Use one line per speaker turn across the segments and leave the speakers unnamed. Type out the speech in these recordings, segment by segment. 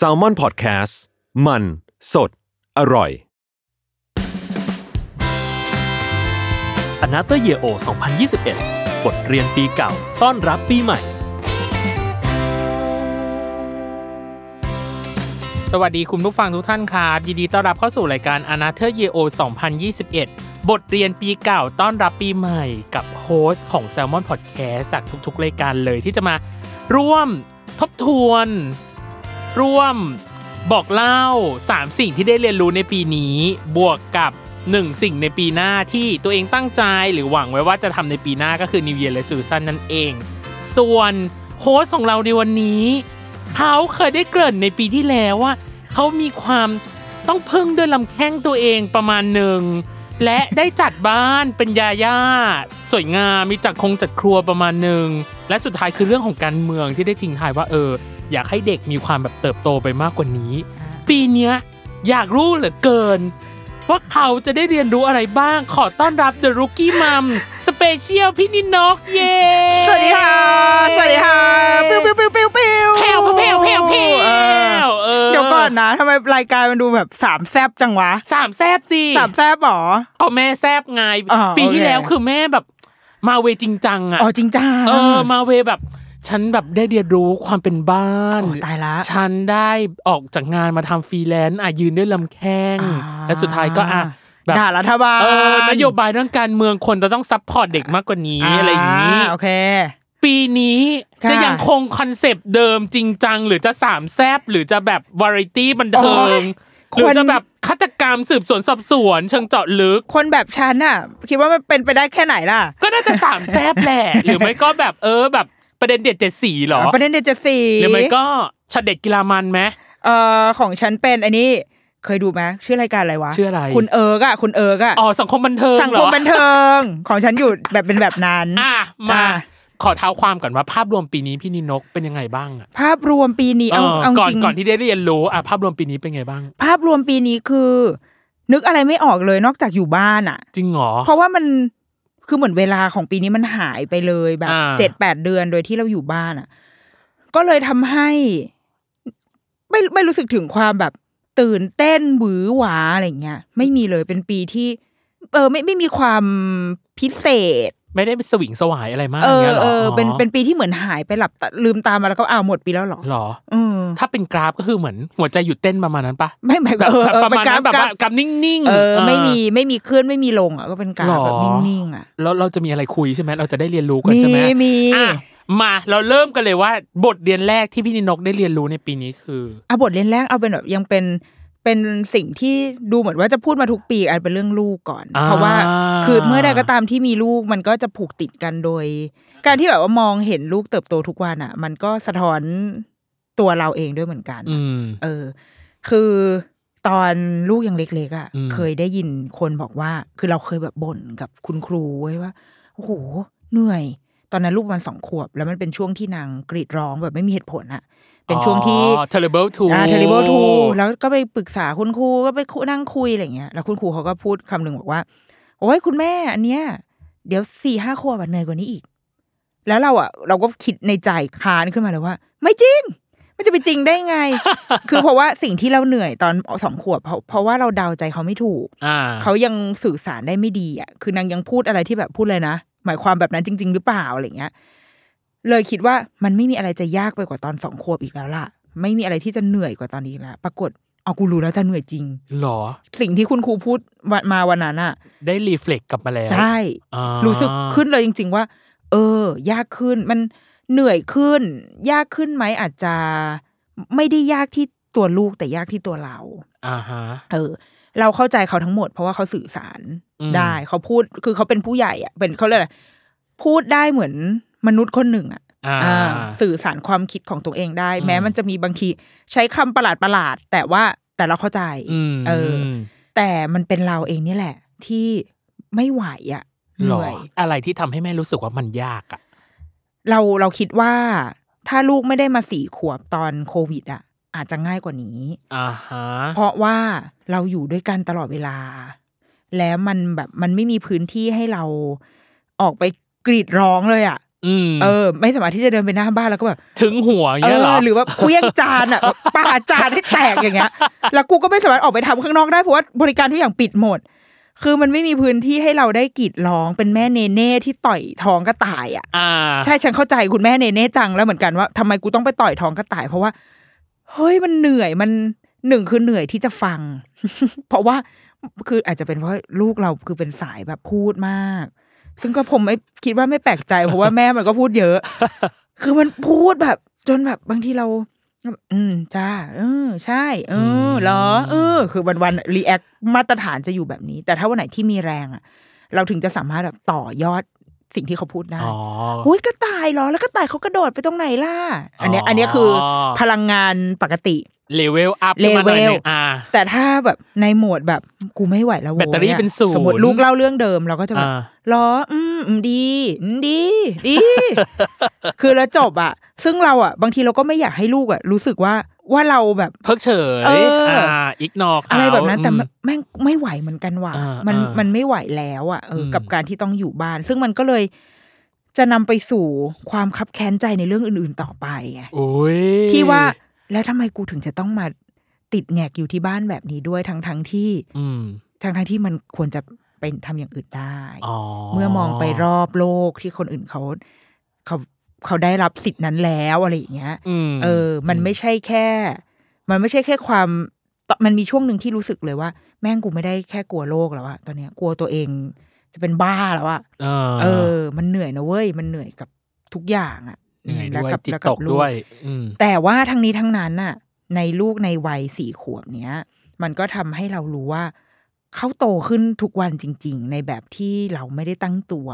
s a l ม o n PODCAST มันสดอร่อย
a n o t h e r Year O 2021 บทเรียนปีเก่า ต้อนรับปีใหม่
สวัสดีคุณผู้ฟังทุกท่านครับ ยินดีต้อนรับเข้าสู่รายการ a n o t h e r Year O 2021 บทเรียนปีเก่าต้อนรับปีใหม่กับโฮสต์ของ Salmon Podcast จากทุกๆ รายการเลยที่จะมาร่วมทบทวน ร่วมบอกเล่า 3 สิ่งที่ได้เรียนรู้ในปีนี้ บวกกับ 1 สิ่งในปีหน้าที่ตัวเองตั้งใจหรือหวังไว้ว่าจะทำในปีหน้าก็คือ New Year Resolution นั่นเอง ส่วนโฮสต์ของเราในวันนี้ เขาเคยได้เกริ่นในปีที่แล้วว่า เขามีความต้องพึ่งด้วยลำแข้งตัวเองประมาณหนึ่ง และได้จัดบ้านเป็นยาย่าสวยงามมีจัดคงจัดครัวประมาณหนึ่ง และสุดท้ายคือเรื่องของการเมืองที่ได้ทิ้งท้ายว่าเออ อยากให้เด็กมีความแบบเติบโตไปมากกว่านี้ ปีเนี้ยอยากรู้เหลือเกิน ว่าเขาจะได้เรียนรู้อะไรบ้างขอต้อนรับ The Rookie Mom สเปเชียลพี่นินนกเย้
สวัสดีค่ะ สวัสดีค่ะ ปิ้วปิ้วปิ้วปิ้วปิ้ว
แผ่วแผ่วแผ่วแผ่วเอ
เออ
อ
เดี๋ยวก่อนนะทำไมรายการมันดูแบบสามแซบจังวะ
สามแซบสิ
สามแซบหรอ
เอาแม่แซบไง
อ๋อ
ปีที่
โอเค
แล้วคือแม่แบบมาเวจริงจังอ่ะ
อ๋อจริงจ้า
เออมาเวแบบ ฉันแบบได้เรียนรู้ความเป็นบ้าน
โอ้ตายละ
ฉันได้ออกจากงานมาทำฟรีแลนซ์อ่ะยืนด้วยลำแข้ง
อ่า
และสุดท้ายก็อ่ะแบบ
ด่ารัฐบาล
เออนโยบายเรื่องการเมืองคนจะต้องซัพพอร์ตเด็กมากกว่านี้อะไรอย่างนี้
โอเค
ปีนี้
ค่ะ
จะยังคงคอนเซปต์เดิมจริงจัง หรือจะสามแซบหรือจะแบบวาไรตี้บันเทิงหรือจะแบบฆาตกรรมสืบสวนสอบสวนเชิงเจาะลึก
คนแบบฉันน่ะ คิดว่ามันเป็นไปได้แค่ไหนล่ะ
ก็น่าจะสามแซบแหละ หรือไม่ก็แบบเออแบบประเด็นเด็ดเจ็ดสีเหรอ
ประเด็นเดยวเจดสี่
หรือไม่ก็ฉัดเด็ดกีฬามันไหม
เอ่อของฉันเป็นอันนี้เคยดูไหมชื่อรายการอะไรวะ
ชื่ออะไร
คุณเอิร์กอะคุณเอิร์กอะ
อ๋อสังคมบันเทิง
สัง
เหร
คม
อ
บันเทิงของฉันอยู่แบบเป็นแบบนั้น
อ่ะมา
อ่ะ
ขอเท้าความก่อนว่าภาพรวมปีนี้พี่นินกเป็นยังไงบ้างอะ
ภาพรวมปีนี้เอา
เออ
เอา
ก่อน
จริง
ก่อนที่ได้เรียนรู้อ่ะภาพรวมปีนี้เป็นไงบ้าง
ภาพรวมปีนี้คือ นึกอะไรไม่ออกเลยนอกจากอยู่บ้านอ่ะ
จริงเหรอ
เพราะว่ามันคือเหมือนเวลาของปีนี้มันหายไปเลยแบบ
อ่า
เจ็ดแปดเดือนโดยที่เราอยู่บ้านอ่ะ ก็เลยทำให้ ไม่ไม่รู้สึกถึงความแบบ ตื่นเต้นหวือหวาอะไรเงี้ยไม่มีเลยเป็นปีที่ เออ ไม่ไม่มีความพิเศษ
ไม่ได้สวิงสวายอะไรมาก
เอ
อย่าง
อ
เงี้ยหรอ
เออเป็น
อ๋อ
เป็นปีที่เหมือนหายไปหลับตาลืมตามาแล้วก็อ้าวหมดปีแล้วเหรอ
หรอ
เออ
ถ้าเป็นกราฟก็คือเหมือนหัวใจหยุดเต้นประมาณนั้นปะ
ไม่ไม่
แบบ
เออ
แบบ
เออ
ประมาณนั้นแบบ
กร
ว่า
ฟ
กำนิ่งๆ
เออ
เออ
ไม่มีไม่มีขึ้นไม่มีลงอ่ะก็เป็นกรา
หร
ร
อ
แบบนิ่งๆอ่ะ
แล้วเราจะมีอะไรคุยใช่ไหมเราจะได้เรียนรู้กัน
มี
ใช่ไหม
มี
อ่ะมาเราเริ่มกันเลยว่าบทเรียนแรกที่พี่นินกได้เรียนรู้ในปีนี้คือ
อ่ะบทเรียนแรกเอาเป็นแบบยังเป็นเป็นสิ่งที่ดูเหมือนว่าจะพูดมาทุกปีอันเป็นเรื่องลูกก่อน
อ่า
เพราะว่าคือเมื่อใดก็ตามที่มีลูกมันก็จะผูกติดกันโดย การที่แบบว่ามองเห็นลูกเติบโตทุกวันอ่ะ มันก็สะท้อนตัวเราเองด้วยเหมือนกัน
อืม
เออ คือตอนลูกยังเล็กๆอ่ะ
อืม
เคยได้ยินคนบอกว่า คือเราเคยแบบบ่นกับคุณครูไว้ยว่า โอ้โห เหนื่อย ตอนนั้นลูกมันสองขวบ แล้วมันเป็นช่วงที่นางกรีดร้องแบบไม่มีเหตุผลอ่ะ เป็นช่วงที่
terrible two
อ่า terrible two แล้วก็ไปปรึกษาคุณครูก็ไปคุนั่งคุยอะไรเงี้ย แล้วคุณครูเขาก็พูดคำหนึ่งบอกว่า โอ้ยคุณแม่อันเนี้ยเดี๋ยวสี่ห้าขวบอะเหนื่อยกว่านี้อีก แล้วเราอะเราก็คิดในใจค้านขึ้นมาเลยว่า ไม่จริง มันจะไปจริงได้ไง คือเพราะว่าสิ่งที่เราเหนื่อยตอนสองขวบเพราะเพราะว่าเราเดาใจเขาไม่ถูก
อ่า
เขายังสื่อสารได้ไม่ดีอ่ะ คือนางยังพูดอะไรที่แบบพูดเลยนะ หมายความแบบนั้นจริง ๆ หรือเปล่าอะไรเงี้ย เลยคิดว่ามันไม่มีอะไรจะยากไปกว่าตอนสองขวบอีกแล้วล่ะ ไม่มีอะไรที่จะเหนื่อยกว่าตอนนี้อีกแล้ว ปรากฏเอากูรู้แล้วจะเหนื่อยจริง
หรอ
สิ่งที่คุณครูพูดวันมาวันนั้นอ่ะ
ได้รีเฟล็กกลับมาแล้ว
ใช่
อ่า
รู้สึกขึ้นเลยจริง ๆ ว่า เออ ยากขึ้น มันเหนื่อยขึ้น ยากขึ้นไหมอาจจะไม่ได้ยากที่ตัวลูกแต่ยากที่ตัวเรา
อ่าฮะ
เออเราเข้าใจเขาทั้งหมดเพราะว่าเขาสื่อสาร
อืม
ได้เขาพูดคือเขาเป็นผู้ใหญ่อะเป็นเขาเรียกอะไรพูดได้เหมือนมนุษย์คนหนึ่งอะ
อ่า
อ่าสื่อสารความคิดของตัวเองได้
อืม
แม้มันจะมีบางทีใช้คำประหลาดประหลาดๆแต่ว่าแต่เราเข้าใจ
ม
เอออื แต่มันเป็นเราเองนี่แหละ ที่ไม่ไหวอะเห
หรอ
นื่อย
อะไรที่ทำให้แม่รู้สึกว่ามันยากอ่ะ
เราเราคิดว่า ถ้าลูกไม่ได้มาสี่ขวบตอนโควิดอะอาจจะง่ายกว่านี้
อ่าฮะ
เพราะว่าเราอยู่ด้วยกันตลอดเวลา แล้วมันแบบมันไม่มีพื้นที่ให้เราออกไปกรีดร้องเลยอะ
อืม
เออ ไม่สามารถที่จะเดินไปหน้าบ้านแล้วก็แบบ
ถึงหัวอย่าง
เอ
เงี้ยเหรอ
อหรือว่าเคลี้ยงจานอ่ะ ปาจานให้แตกอย่างเงี้ย แล้วกูก็ไม่ส ามารถออกไปทำข้างนอกได้เพราะว่าบริการทุกอย่างปิดหมด คือมันไม่มีพื้นที่ให้เราได้กรีดร้องเป็นแม่เนเน่ที่ต่อยท้องกระต่ายอ่ะ
อ่า
ใช่ฉันเข้าใจคุณแม่เนเน่จังแล้วเหมือนกันว่าทำไมกูต้องไปต่อยท้องกระต่าย เพราะว่าเฮ้ยมันเหนื่อยมันหนึ่งคือเหนื่อยที่จะฟัง เพราะว่าคืออาจจะเป็นเพราะลูกเราคือเป็นสายแบบพูดมาก ซึ่งก็ผมไม่คิดว่าไม่แปลกใจ เพราะว่าแม่มันก็พูดเยอะ คือมันพูดแบบ จนแบบบางทีเรา อืมจ้าเออ ใช่ เออเหรอเออ คือวันวันรีแอคมาตรฐานจะอยู่แบบนี้ แต่ถ้าวันไหนที่มีแรงอะเราถึงจะสามารถแบบต่อยอดสิ่งที่เขาพูดได้
อ๋อ
หุ้ยกระต่ายเหรอแล้วกระต่ายเขากระโดดไปตรงไหนล่ะ อันเนี้ย
อ๋ออั
อันเนี้ยคือพลังงานปกติ
เลเวลอัพขึ้นมาหน่อยหนึง
level
อ่า
แต่ถ้าแบบในโหมดแบบกูไม่ไหวแล้วโว้ย
แบตเตอรี่เป็นศูนย์
สมมติลูกเล่าเรื่องเดิมเราก็จะแบบ
อ่า
เหรออืมอืมดีอืมดี ดี คือแล้วจบอ่ะ ซึ่งเราอ่ะ บางทีเราก็ไม่อยากให้ลูกอ่ะ รู้สึกว่าว่าเราแบบ
เพิกเฉย
เอออ่
อีกนอก
อะไรแบบนั้นแต่แม่งไม่ไหวเหมือนกันว่ะ
อ่า
มัน
อ่ามั
มันไม่ไหวแล้วอ่ะเอออ
ม
กับการที่ต้องอยู่บ้าน ซึ่งมันก็เลยจะนำไปสู่ความคับแค้นใจในเรื่องอื่น ๆ ต่อไปไง
อุ้ย
ที่ว่าแล้วทำไมกูถึงจะต้องมาติดแงกอยู่ที่บ้านแบบนี้ด้วยทั้งทั้งๆที่
อืม
ทั้งทั้งๆที่มันควรจะเป็นทำอย่างอื่นได้
อ๋อ
เมื่อมองไปรอบโลกที่คนอื่นเขาเขาเขาได้รับสิทธินั้นแล้วอะไรอย่างเงี้ย
อืม
เออ มันไม่ใช่แค่ มันไม่ใช่แค่ความ มันมีช่วงหนึ่งที่รู้สึกเลยว่า แม่งกูไม่ได้แค่กลัวโลกแล้วอะตอนเนี้ยกลัวตัวเองจะเป็นบ้าแล้วอะ
เออ
เออ มันเหนื่อยนะเว้ยมันเหนื่อยกับทุกอย่างอะ
เหนื่อย
และ
ด้วย
กับ
จิต
และ
ต
กับ
ก
ลู
ด้
ก
วย อืม
แต่ว่าทั้งนี้ทั้งนั้นน่ะ ในลูกในวัยสี่ขวบเนี้ย มันก็ทำให้เรารู้ว่า เขาโตขึ้นทุกวันจริง ๆ ในแบบที่เราไม่ได้ตั้งตัว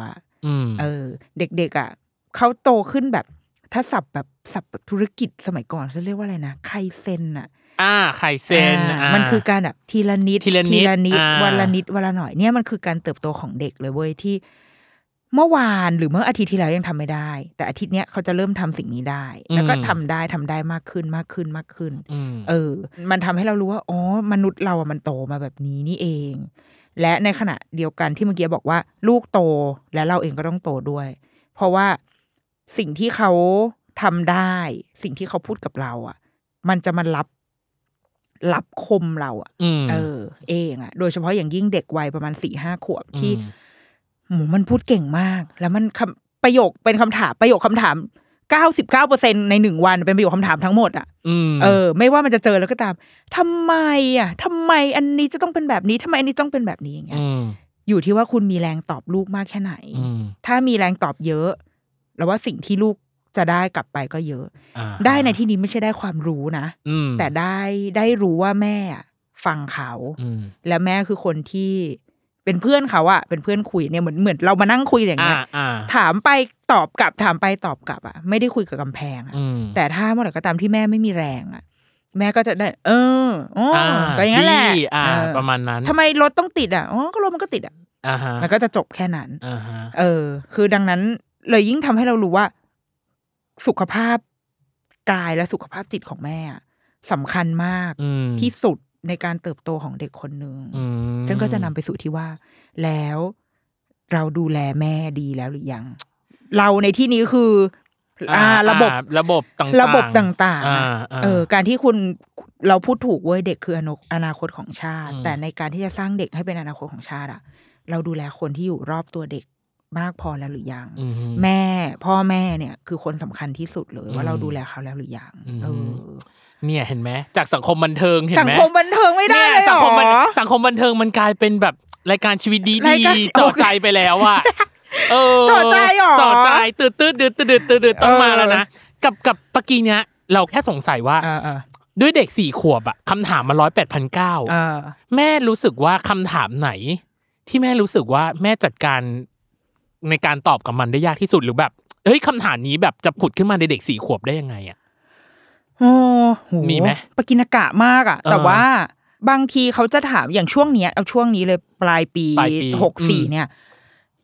อืม
เออ เด็กๆอ่ะเขาโตขึ้นแบบถ้าสับแบบสับแบบธุรกิจสมัยก่อนเขาเรียกว่าอะไรนะไคเซนอ่ะ
อ่าไข่เซน
อ่า
า
มันคือการแบบทีละนิด
ทีละนิดอ่า
วันละนิดวันละหน่อยเนี่ยมันคือการเติบโตของเด็กเลยเว้ยที่ เมื่อวานหรือเมื่ออาทิตย์ที่แล้วยังทำไม่ได้ แต่อาทิตย์เนี้ยเขาจะเริ่มทำสิ่งนี้ได้ แล้วก็ทำได้ทำได้มากขึ้นมากขึ้นมากขึ้น
อืม
เออ มันทำให้เรารู้ว่า อ๋อ มนุษย์เราอะมันโตมาแบบนี้นี่เอง และในขณะเดียวกันที่เมื่อกี้บอกว่า ลูกโตและเราเองก็ต้องโตด้วย เพราะว่าสิ่งที่เขาทำได้ สิ่งที่เขาพูดกับเราอะมันจะมารับรับคมเราอะ
อืม
เออ เองอะโดยเฉพาะอย่างยิ่งเด็กวัยประมาณสี่ห้าขวบที่
อืม
โหมันพูดเก่งมาก แล้วมันคำประโยคเป็นคำถามประโยคคำถามเก้าสิบเก้าเปอร์เซ็นในหนึ่งวันเป็นประโยคคำถามทั้งหมดอะ
ม
เออไม่ว่ามันจะเจอแล้วก็ตามทำไมอ่ะทำไมอันนี้จะต้องเป็นแบบนี้ทำไมอันนี้ต้องเป็นแบบนี้อย่างเงี้ย
ม
อยู่ที่ว่าคุณมีแรงตอบลูกมากแค่ไหน
อืม
ถ้ามีแรงตอบเยอะแล้วว่าสิ่งที่ลูกจะได้กลับไปก็เยอะ
อ่า
ได้ในที่นี้ไม่ใช่ได้ความรู้นะ
อืม
แต่ได้ได้รู้ว่าแม่อะฟังเขา
อืม
และแม่คือคนที่เป็นเพื่อนเขาอะเป็นเพื่อนคุยเนี่ยเหมือนเหมือนเรามานั่งคุยอย่าง
อ่า
เงี้ย
อ่า
ถามไปตอบกลับถามไปตอบกลับอะไม่ได้คุยกับกำแพงอะ
อืม
แต่ถ้าเมื่อไหร่ก็ตามที่แม่ไม่มีแรงอ่ะ แม่ก็จะได้ เอออ๋ออ
อ่า
ก็อย่างนั้นแหละ
ดีอ่า
เออ
ประมาณนั้น
ทำไมรถต้องติดอ่ะอ๋อก็รถมันก็ติดอ่ะ
อ่าฮะ
มันก็จะจบแค่นั้น
อ่าฮะ
เออ คือดังนั้นเลยยิ่งทำให้เรารู้ว่า สุขภาพกายและสุขภาพจิตของแม่อะสำคัญมาก
อืม
ที่สุดในการเติบโตของเด็กคนหนึ่ง
อืม
ซึ่งก็จะนำไปสู่ที่ว่า แล้วเราดูแลแม่ดีแล้วหรือยัง เราในที่นี้คือ อ่า ระบบ
อ่ระบบต่างๆ
ระบบต่างๆ
อ่า
อะ
า
เออ การที่คุณเราพูดถูกเว้ยเด็กคืออนาอนาคตของชาติ
อืม
แต่ในการที่จะสร้างเด็กให้เป็นอนาคตของชาติอะเราดูแลคนที่อยู่รอบตัวเด็กมากพอแล้วหรือยัง
อืม
แม่พ่อแม่เนี่ย คือคนสำคัญที่สุดเลย ว่า
อืม
เราดูแลเขาแล้วหรือยัง
อืม
เออ
เนี่ยเห็นไหมจากสังคมบันเทิงเห็น
สัง
ไหม
คมบันเทิงไม่ได้เลย
นี่
เหร
สังคมบัน
อ
สังคมบันเทิงมันกลายเป็นแบบรายการชีวิตดี
รายการ
ดีจ่อใจไปแล้ว อะเออ
จ่อใจเหรอ
จ่อใจตืดตืดตืดตืดตืดตืดต้องมาแล้วนะกับกับปกีเนี้ยเราแค่สงสัยว่า
าอ่า
ด้วยเด็กสี่ขวบอะคำถามมาร้อยแปดพันเก้า
อ่า
แม่รู้สึกว่าคำถามไหน ที่แม่รู้สึกว่าแม่จัดการในการตอบกับมันได้ยากที่สุดหรือแบบ เอ้ยคำถามนี้แบบจะผุดขึ้นมาในเด็กสี่ขวบได้ยังไงอะ
โอ้โ
มีไหม
ปกินกะมากอ่ะ
เออ
แต่ว่าบางทีเขาจะถามอย่างช่วงเนี้ยเอาช่วงนี้เลยปลายปี
ปลายปี
หกสี่
อืม
เนี่ย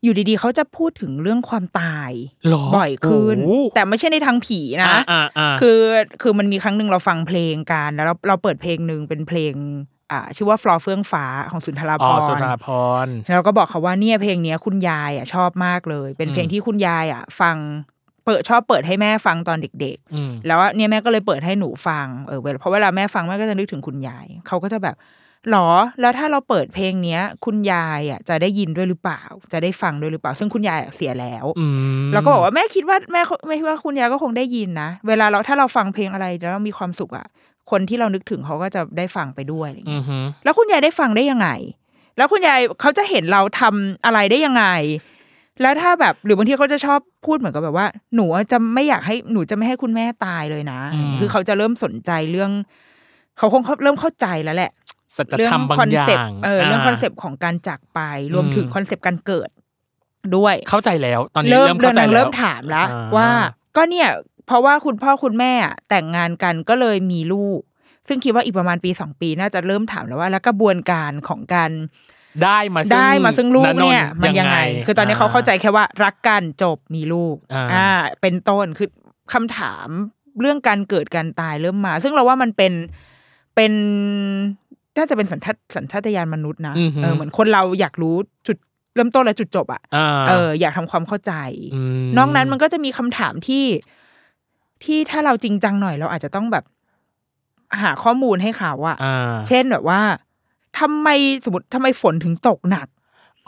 อยู่ดีๆเขาจะพูดถึงเรื่องความตาย
หรอ
บ่อยขึ้น
โอ้โห
แต่ไม่ใช่ในทางผีนะ
อ่าอ่า
คือคือมันมีครั้งหนึ่งเราฟังเพลงกันแล้วเราเราเปิดเพลงหนึ่งเป็นเพลง อ่าชื่อว่าฟลอเฟื่องฟ้าของสุนทรภ
อ๋อ
ร
สุนทร
ณ์
ภรณ์
เราก็บอกเขาว่าเนี่ยเพลงเนี้ยคุณยายอ่ะชอบมากเลย เป็น
อืม
เพลงที่คุณยายอ่ะ ฟังเปิดชอบเปิดให้แม่ฟังตอนเด็ก
อืม
ๆ แล้วอะเนี่ยแม่ก็เลยเปิดให้หนูฟังเออเวลาเพราะเวลาแม่ฟังแม่ก็จะนึกถึงคุณยายเขาก็จะแบบหรอแล้วถ้าเราเปิดเพลงเนี้ย คุณยายอ่ะจะได้ยินด้วยหรือเปล่า จะได้ฟังด้วยหรือเปล่า ซึ่งคุณยายอะเสียแล้ว
อืม
เราก็บอกว่าแม่คิดว่าแม่ไม่ว่าคุณยายก็คงได้ยินนะ เวลาเราถ้าเราฟังเพลงอะไรแล้วเรามีความสุขอะคนที่เรานึกถึงเขาก็จะได้ฟังไปด้วยอะไรอย่าง
อื
เงี้ย
อหือ
แล้วคุณยายได้ฟังได้ยังไง แล้วคุณยายเขาจะเห็นเราทำอะไรได้ยังไง แล้วถ้าแบบหรือบางทีเขาจะชอบพูดเหมือนกับแบบว่า หนูอะจะไม่อยากให้หนูจะไม่ให้คุณแม่ตายเลยนะ
อืม
คือเขาจะเริ่มสนใจเรื่อง เขาคงเริ่มเข้าใจแล้วแหละ
สัจ
เรื่
ธรรมบาง
คอน
อย่า
เซป
ง
ต์เออเรื่องคอนเซปต์ของการจากไปรวม
อืม
ถึงคอนเซปต์การเกิดด้วย
เข้าใจแล้ว ตอนนี้
เริ่ม
เริ่มเข้าม
เริ่
ใจ
นาง
แล้ว
เริ่มถามแล้ว
อ่า
ว่าก็เนี่ย เพราะว่าคุณพ่อคุณแม่อะแต่งงานกันก็เลยมีลูก ซึ่งคิดว่าอีกประมาณปีสองปีน่าจะเริ่มถามแล้วว่า แล้วกระบวนการของการ
ได้มาซึ่ง
ได้มาซึ่งลูกเนี่ย
ะท์
มันยังไง คือตอนนี้เขาเข้าใจแค่ว่ารักกันจบมีลูก
อ่า
เป็นต้นคือคำถามเรื่องการเกิดการตายเริ่มมา ซึ่งเราว่ามันเป็นเป็นน่าจะเป็นสัญชาตสัญชาตญาณมนุษย์นะ
อือหือ
เออเหมือนคนเราอยากรู้จุดเริ่มต้นและจุดจบอะ
อ่า
เอออยากทำความเข้าใจ
ม
นอกนั้นมันก็จะมีคำถามที่ที่ถ้าเราจริงจังหน่อยเราอาจจะต้องแบบหาข้อมูลให้เขาอะ
อ่า
เช่นแบบว่าทำไมสมมติทำไมฝนถึงตกหนัก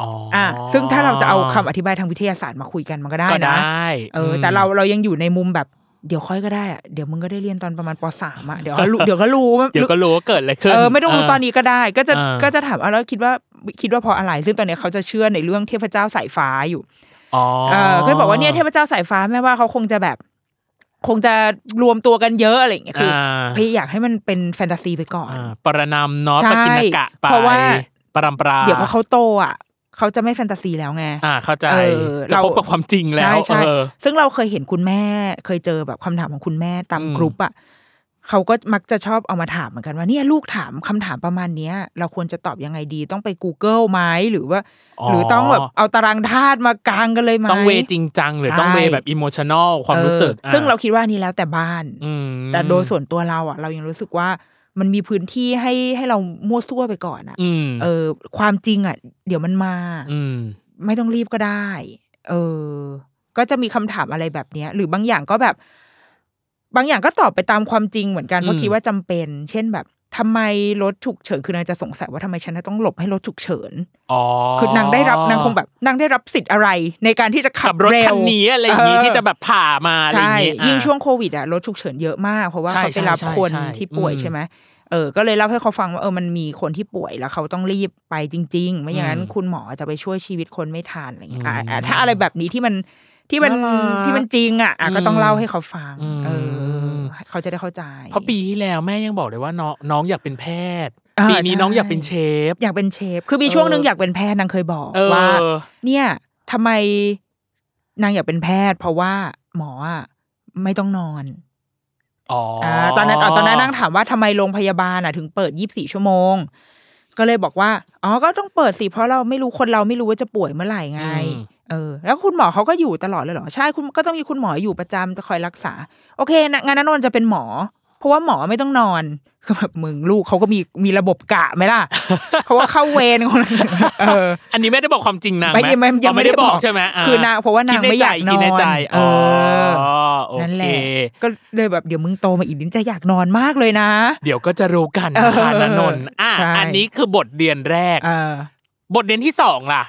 อ๋ออ
อ่ะซึ่งถ้าเราจะเอาคำอธิบายทางวิทยาศาสตร์มาคุยกันมันก็ได้
ก็
นะ
ได้
เออ แต่เราเรายังอยู่ในมุมแบบเดี๋ยวค่อยก็ได้อะเดี๋ยวมึงก็ได้เรียนตอนประมาณปสามอะเดี๋ยวก็ รู้ เดี๋ยวก็รู้
เดี๋ยวก็รู้ว่าเกิดอะไรขึ้น
เออไม่ต้องรู้ตอนนี้ก็ได้ ก็จะ
อ่า
ก็จะถามเอาแล้วคิดว่าคิดว่าเพราะอะไร ซึ่งตอนเนี้ยเขาจะเชื่อในเรื่องเทพเจ้าสายฟ้าอยู่
อ๋อ
เออเคยบอกว่าเนี่ยเทพเจ้าสายฟ้าแม่ว่าเขาคงจะแบบ คงจะรวมตัวกันเยอะอะไรอย่างเงี้ยคืออา พี่อยากให้มันเป็นแฟนตาซีไปก่อน
อ่าปรนามเนาะ
ใช่
ปกินกะไป
เพราะว่า
ปรำปรา
เดี๋ยวพอเขาโตอ่ะเขาจะไม่แฟนตาซีแล้วไง
อ่าเข้าใจ
เออ
จะ
เรา
พบกับความจริงแล้ว
ใช่ใช่
เออ
ซึ่งเราเคยเห็นคุณแม่ เคยเจอแบบคำถามของคุณแม่ตาม
อืม
กรุ๊ปอ่ะเขาก็มักจะชอบเอามาถามเหมือนกันว่าเนี่ยลูกถามคำถามประมาณเนี้ย เราควรจะตอบยังไงดีต้องไป Google ไหมหรือว่า หรือต้องแบบเอาตารางธาตุมากางกันเลยไหม
ต้องเวจริงจังหรือต้อง
ใช่
เวแบบอิโมชันอลความรู้สึก
เออซึ่ง
อ่ะ
เราคิดว่านี่แล้วแต่บ้าน
อืม
แต่โดยส่วนตัวเราอ่ะ เรายังรู้สึกว่ามันมีพื้นที่ให้ให้เรามั่วซั่วไปก่อนอ่ะ
อืม
เออ ความจริงอ่ะ เดี๋ยวมันมา
อืม
ไม่ต้องรีบก็ได้ เออ ก็จะมีคำถามอะไรแบบเนี้ย หรือบางอย่างก็แบบ บางอย่างก็ตอบไปตามความจริงเหมือนกันเพ
อื
ราะ
ม
คิดว่าจำเป็น เช่นแบบทำไมรถฉุกเฉินคือนางจะสงสัยว่าทำไมฉันต้องหลบให้รถฉุกเฉิน
อ๋อ
คือนางได้รับนางคงแบบนางได้รับสิทธิ์อะไร ในการที่จะขั
กั
บบ
รถ
เร็ว
คันนี้อะไรอย่างนี้
เออ
ที่จะแบบผ่ามาอะไรอ
ใช่
ย่างนี้อ่ะ
ยิ่งช่วงโควิดอะรถฉุกเฉินเยอะมาก เพราะว่า
ใช่
เขาไปรับ
ใช่
คน
ใช่
ที่ป่วย
อืม
ใช่ไหมเออ ก็เลยเล่าให้เขาฟังว่าเออมันมีคนที่ป่วยแล้วเขาต้องรีบไปจริง ๆ ไม่อย่างนั้น
อืม
คุณหมอจะไปช่วยชีวิตคนไม่ทันอะไรอย่างเงี้ยอ่ะ
อืม
อ่ะถ้าอะไรแบบนี้ที่มันที่มัน
น่ารัก
ที่มันจริงอะอ่ะก็ต้อง
อืม
เล่าให้เขาฟัง
อืม
เออ เขาจะได้เข้าใจ
เพราะปีที่แล้วแม่ยังบอกเลยว่าน้องน้องอยากเป็นแพทย์
า
ปีนี้น้องอยากเป็นเช
ใช่
ฟ
อยากเป็นเชฟ คือมีช่วงหนึ่ง
เออ
อ
อ
ยากเป็นแพทย์นางเคยบอก
เออ
ว่า เนี่ยทำไมนางอยากเป็นแพทย์ เพราะว่าหมออะไม่ต้องนอน
อ๋ออ
อ่าตอนนั้นอ่ะตอนนั้นนั่งถามว่าทำไมโรงพยาบาลอ่ะ ถึงเปิด 24 ชั่วโมง ก็เลยบอกว่า อ๋อ ก็ต้องเปิดสิ เพราะเราไม่รู้คนเราไม่รู้ว่าจะป่วยเมื่อไหร่ไง
อืม
เออ แล้วคุณหมอเขาก็อยู่ตลอดเลยเหรอ ใช่คุณก็ต้องมีคุณหมออยู่ประจำจะคอยรักษา โอเคนะงานนั้นนนท์จะเป็นหมอ เพราะว่าหมอไม่ต้องนอนก็แบบมึงลูกเขาก็มีมีระบบกะไหมล่ะ เพราะว่าเข้าเวรของนางเออ
อันนี้ไม่ได้บอกความจริงนางห
ไม่ไม่ยัง
อ๋อ
ไม่
ไม่
ได้
ได้บอก
บอก
ใช่ไหม
คือนางเพราะว่านางไม่อยาก
คิดในใจ
นอน
คิดในใจอ๋อ
เอ
โอ
นั่น
เค
แหละ ก็เลยแบบเดี๋ยวมึงโตมาอีกนิดจะอยากนอนมากเลยนะ
เดี๋ยวก็จะรู้กันนะคะ
เออน
นนท์อ่ะ
ใช่
อันนี้คือบทเรียนแรก
เออ
บทเรียนที่สองล่ะ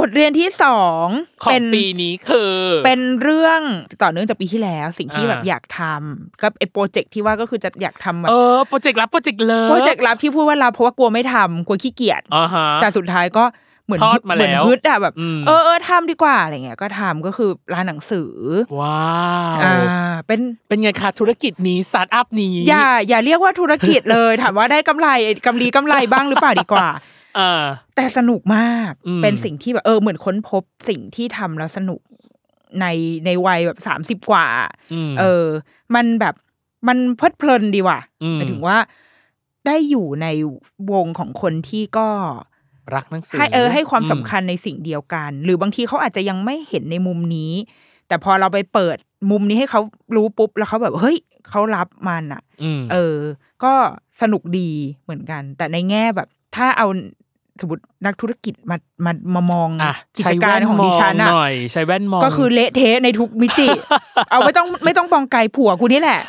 บทเรียนที่สอง
ของ
เป็น
ปีนี้คือ
เป็นเรื่องต่อเนื่องจากปีที่แล้ว สิ่งที่
อ่า
แบบอยากทำก็ไอ้โปรเจกต์ที่ว่าก็คือจะอยากทำแบบ
เออโปรเจกต์รับโปรเจกต์เลย
โปรเจกต์ลับที่พูดว่าลับเพราะว่ากลัวไม่ทำกลัวขี้เกียจ
อ่าฮะ
แต่สุดท้ายก็เหมือน
ทอดมา
เหมือน
แล้ว
ฮึดอะแบบ
อืม
เออเออทำดีกว่าอะไรเงี้ยก็ทำก็คือร้านหนังสือ
ว้า
อ่าว เป็น
เป็นไงคะธุรกิจนี้สตาร์ทอัพนี้
อย่าอย่าเรียกว่าธุรกิจเลย ถามว่าได้กำไรกำไรกำไรบ้างหรือเปล่าดีกว่า
เออ
แต่สนุกมาก
อืม
เป็นสิ่งที่แบบเออเหมือนค้นพบสิ่งที่ทำแล้วสนุกในในวัยแบบสามสิบ30 กว่า
อืม
เออ มันแบบมันเพลิดเพลินดีว่ะ
อืม
หมายถึงว่าได้อยู่ในวงของคนที่ก็
รักหนังสือ
ให้เออให้ความสำ
อื
คัญในสิ่งเดียวกัน หรือบางทีเขาอาจจะยังไม่เห็นในมุมนี้ แต่พอเราไปเปิด มุมนี้ให้เขารู้ปุ๊บแล้วเขาแบบเฮ้ยเขารับมันอะ
อืม
เออ ก็สนุกดีเหมือนกัน แต่ในแง่แบบ ถ้าเอาสมมตินักธุรกิจมามามามอง
อ่ะ
กิ
ใช้
จการ
แว่น
ของ
มอ
ดิ
ง
ฉันอ่ะ
หน่อย ใช้แว่นมอง
ก็คือเละเทะในทุกมิติ เอาไม่ต้องไม่ต้องปองไกลผัวกูนี่แหละ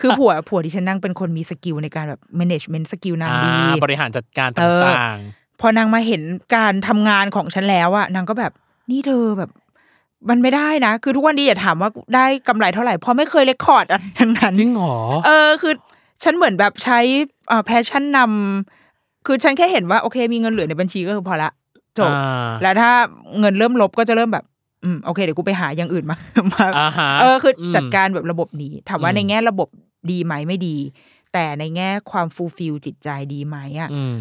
คือผัวผัวดิฉันนั่งเป็นคนมีสกิลในการแบบ management สกิลนางดี
อ่าบริหารจัดการต
เออ
่าง
พอนางมาเห็นการทำงานของฉันแล้วอะนางก็แบบนี่เธอแบบ มันไม่ได้นะ คือทุกวันนี้อย่าถามว่าได้กำไรเท่าไหร่เพราะไม่เคยเรคคอร์ดอะไรทั้งนั้น
ๆ จริงเหรอ
เออคือฉันเหมือนแบบใช้แพชชั่นนำคือฉันแค่เห็นว่าโอเค มีเงินเหลือในบัญชีก็คือพอละจบ
อ่า
แล้วถ้าเงินเริ่มลบก็จะเริ่มแบบอืมโอเคเดี๋ยวกูไปหาอย่างอื่นมา มา
อ่าฮะ
เออคืออ
ม
จัดการแบบระบบนี้ถามว่า
อืม
ในแง่ระบบดีไหมไม่ดี แต่ในแง่ความฟูลฟิลจิตใจดีไหมอ่ะ
อืม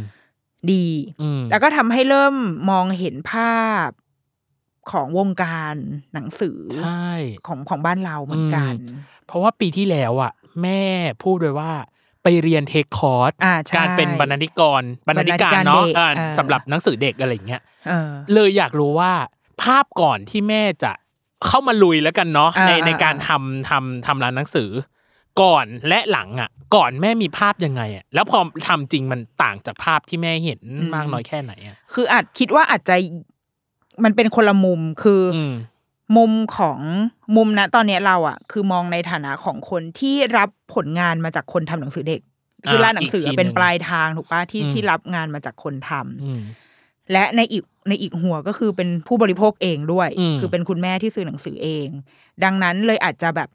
ดี
อืม
แล้วก็ทำให้เริ่มมองเห็นภาพของวงการหนังสือ
ใช่
ของของบ้านเราเหมือนกัน
เพราะว่าปีที่แล้วอ่ะ แม่พูดเลยว่า ไปเรียนเทคคอร์ส
อ่าใช่
การเป็นบรรณาธิกรบรรณาธิการ
บรรณาธิการ
เนาะ
เด็ก
อ่า
เออ
สำหรับหนังสือเด็กอะไรอย่างเงี้ย
เออ
เลยอยากรู้ว่าภาพก่อนที่แม่จะเข้ามาลุยแล้วกันเนาะ
อ่า
ใน
อ่า
ในการทำทำทำร้านหนังสือ ก่อนและหลังอ่ะ ก่อนแม่มีภาพยังไงอ่ะแล้วพอทำจริงมันต่างจากภาพที่แม่เห็นมากน้อยแค่ไหนอ่ะ
คืออาจคิดว่าอาจจะมันเป็นคนละมุมคืออ
อืม
มุมของมุมนะตอนเนี้ยเราอ่ะ คือมองในฐานะของคนที่รับผลงานมาจากคนทำหนังสือเด็ก คือร้านหนังสืออะ
อีกทีหนึ่ง
เป็นปลายทางถูกปะที่
อืม
ที่รับงานมาจากคนทำ
อืม
และในอีกในอีกหัวก็คือเป็นผู้บริโภคเองด้วย
อืม
คือเป็นคุณแม่ที่ซื้อหนังสือเอง ดังนั้นเลยอาจจะแบบ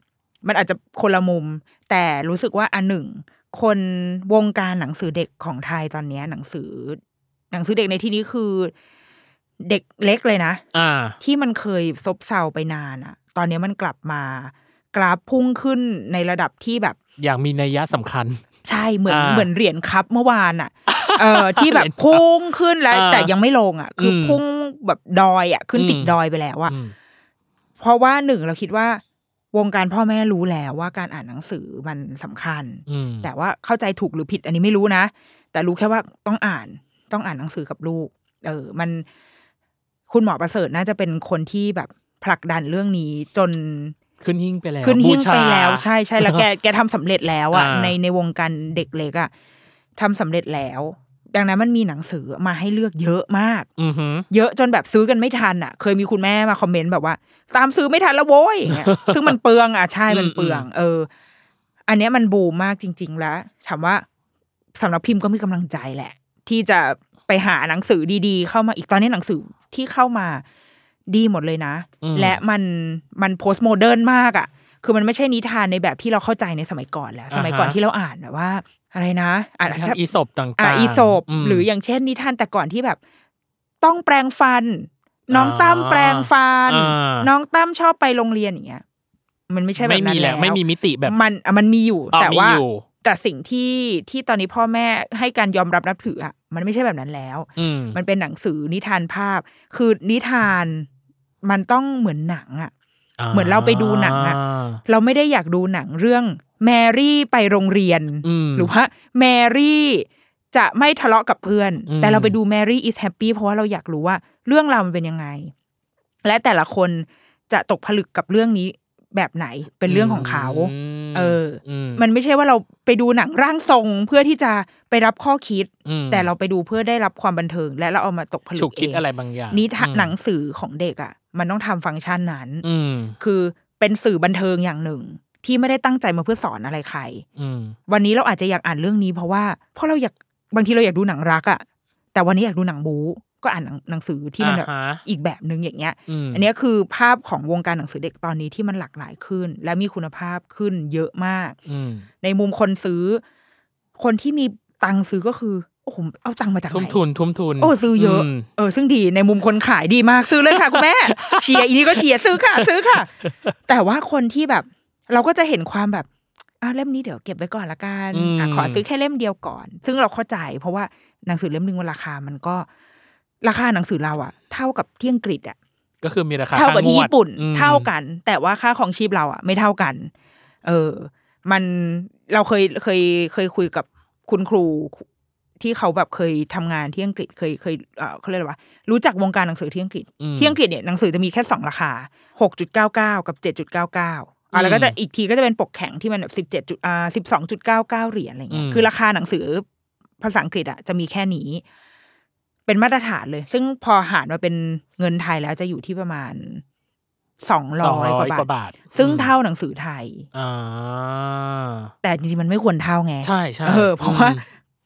มันอาจจะคนละมุม แต่รู้สึกว่าอันหนึ่ง คนวงการหนังสือเด็กของไทยตอนเนี้ยหนังสือ หนังสือเด็กในที่นี้คือ เด็กเล็กเลยนะ
อ่า
ที่มันเคยซบเซาไปนานอะตอนเนี้ยมันกลับมากราฟพุ่งขึ้นในระดับที่แบบ
อย่างมีนัยยะสำคัญ
ใช่เหมือน
อ่า
เหมือนเหรียญคัพเมื่อวานอะเอ อ ที่แบบพุ่งขึ้นแล้ว
อ่า
แต่ยังไม่ลงอะคืออ
ม
พุ่งแบบดอยอะขึ้นติด
อืม
ดอยไปแล้วอะ
อืม
เพราะว่าหนึ่งเราคิดว่า วงการพ่อแม่รู้แล้วว่าการอ่านหนังสือมันสำคัญ
อืม
แต่ว่าเข้าใจถูกหรือผิดอันนี้ไม่รู้นะ แต่รู้แค่ว่าต้องอ่านต้องอ่านหนังสือกับลูก เออ มันคุณหมอประเสริฐน่าจะเป็นคนที่แบบผลักดันเรื่องนี้จน
ขึ้นหิ้งไปแล้ว
ขึ้นหิ้ง
บูชา
ไปแล้ว ใช่ใช่แล้ว แกแกทำสำเร็จแล้วอ่ะ
อ่า
ในในวงการเด็กเล็กอ่ะทำสำเร็จแล้ว ดังนั้นมันมีหนังสือมาให้เลือกเยอะมาก
อือหือ
เยอะจนแบบซื้อกันไม่ทันอ่ะ เคยมีคุณแม่มาคอมเมนต์แบบว่า ตามซื้อไม่ทันแล้วโว้ยอย่างเงี้ ย ซึ่งมันเปลืองอ่ะใช่
อืม
มันเปลือง เออ อันเนี้ยมันบูมมากจริง ๆ แล้วถามว่าสำหรับพิมพ์ก็มีกำลังใจแหละ ที่จะไปหาหนังสือดีๆ เข้ามาอีกตอนนี้หนังสือที่เข้ามาดีหมดเลยนะ
อืม
และมันมันโพสต์โมเดิร์นมากอ่ะ คือมันไม่ใช่นิทานในแบบที่เราเข้าใจในสมัยก่อนแล้ว สมัยก่อน
อ่าฮะ
ที่เราอ่านแบบว่า อะไรนะอ่าน
ทั้งอีศบต่างๆ
อ่าอีโศบ
ม
หรืออย่างเช่นนิทานแต่ก่อนที่แบบ ต้องแปลงฟัน น้อง
อ่า
ตั้มแปลงฟัน
อ่า
น้องตั้มชอบไปโรงเรียนอย่างเงี้ย มันไม่ใช่แบบ
ไม่
นั้
มี
น
แห
แล้
ละ
ว
ไม่มีมิติแบบ
มันอ่ะมันมีอยู่
อ่
แต่ว่า
มีอยู่
แต่สิ่งที่ที่ตอนนี้พ่อแม่ให้การยอมรับนับถืออ่ะมันไม่ใช่แบบนั้นแล้ว
อืม
มันเป็นหนังสือนิทานภาพ คือนิทานมันต้องเหมือนหนังอ่ะ เหมือนเราไปดูหนังอะ
า
เราไม่ได้อยากดูหนังเรื่องแมรี่ไปโรงเรียน
อืม
หรือว่าแมรี่จะไม่ทะเลาะกับเพื่อน
อืม
แต่เราไปดูแมรี่ is happy เพราะว่าเราอยากรู้ว่าเรื่องราวมันเป็นยังไง และแต่ละคนจะตกผลึกกับเรื่องนี้แบบไหนเป็นเรื่องของเขา
ม
เออ
ม
มันไม่ใช่ว่าเราไปดูหนังร่างทรงเพื่อที่จะไปรับข้อคิด
อืม
แต่เราไปดูเพื่อได้รับความบันเทิง และเราเอามาตกผลึ
ฉุก
กเอ
คิด
ง
อะไรบางอย่าง
นิทาน
อืม
หนังสือของเด็กอ่ะ มันต้องทำฟังก์ชันนั้น
อืม
คือเป็นสื่อบันเทิงอย่างหนึ่ง ที่ไม่ได้ตั้งใจมาเพื่อสอนอะไรใคร
อืม
วันนี้เราอาจจะอยากอ่านเรื่องนี้เพราะว่าเพราะเราอยากบางทีเราอยากดูหนังรักอะแต่วันนี้อยากดูหนังบู๊ก็อ่านหนังหนังสือที่มันแบบ
อ่าฮะ
อีกแบบหนึ่งอย่างเงี้ย
ม
อันเนี้ยคือภาพของวงการหนังสือเด็กตอนนี้ที่มันหลากหลายขึ้น และมีคุณภาพขึ้นเยอะมาก
อืม
ในมุมคนซื้อ คนที่มีตังค์ซื้อก็คือโอ้โหเอาตังค์มาจากไห
ทุ่ม
น
ทุนทุ่มทุน
โอ้ซื้อเยอะ
ม
เออซึ่งดีในมุมคนขายดีมากซื้อเลยค่ะ คุณแม่ เชียร์อีนี่ก็เชียร์ซื้อค่ะ ซื้อค่ะ แต่ว่าคนที่แบบ เราก็จะเห็นความแบบอ่ะเล่มนี้เดี๋ยวเก็บไว้ก่อนละกันอ่ะขอซื้อแค่เล่มเดียวก่อน ซึ่งเราเข้าใจ เพราะว่าหนังสือเล่มหนึ่งราคามันก็ ราคาหนังสือเราอะเท่ากับที่อังกฤษอะ
ก็คือมีราคา
เท่ากับที่
งวด
ญี่ปุ่น
อืม
เท่ากัน แต่ว่าค่าของชีพเราอะไม่เท่ากัน เออ มันเราเคยเคยเคยคุยกับคุณครูที่เขาแบบเคยทำงานที่อังกฤษเคยเคยเอ่อเขาเรียกอะไรวะรู้จักวงการหนังสือที่อังกฤษ
ม
ที่อังกฤษเนี่ยหนังสือจะมีแค่สองราคา 6.99 กับ 7.99 เ อ่ะแล้วก็จะอีกทีก็จะเป็นปกแข็งที่มันแบบสิบเจ็ดจุดอ่าสิบสองจุดเก้าเก้าเหรียญอะไรเงี้ย
อืม
คือราคาหนังสือภาษาอังกฤษอะจะมีแค่นี้ เป็นมาตรฐานเลย ซึ่งพอหารมาเป็นเงินไทยแล้วจะอยู่ที่ประมาณสอง
ส
ร้
อง
อย
ร้อย
ก
ก
ว่า
ว่า
บาท
บาท
ซึ่ง
อืม
เท่าหนังสือไทย
อ่า
แต่จริงๆมันไม่ควรเท่าไง
ใช่ใช่
เออเพราะว่า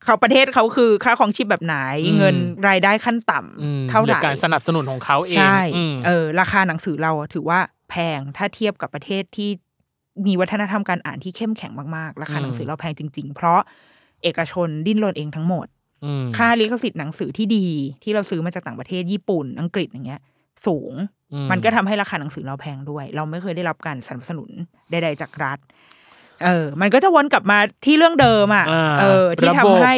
เขาประเทศเขาคือค่าของชีพแบบไหน
อืม
เงินรายได้ขั้นต่ำ
อืม
เท่าไห
รือ
ร่
การสนับสนุนของเขาเอง
ใช่
อืม
เออ ราคาหนังสือเราถือว่าแพงถ้าเทียบกับประเทศที่มีวัฒนธรรมการอ่านที่เข้มแข็งมากๆ ราคาหนังสือเราแพงจริง ๆ เพราะเอกชนดิ้นรนเองทั้งหมด
ม
ค่าลิขสิทธิ์หนังสือที่ดี ที่เราซื้อมาจากต่างประเทศญี่ปุ่น อังกฤษอย่างเงี้ย สูง
อื
มันก็ทำให้ราคาหนังสือเราแพงด้วย เราไม่เคยได้รับการสนับสนุนใดๆจากรัฐ เออ มันก็จะวนกลับมาที่เรื่องเดิมอ่ะ
า
เออ ที่
ระบ
ทำ
บ
ให้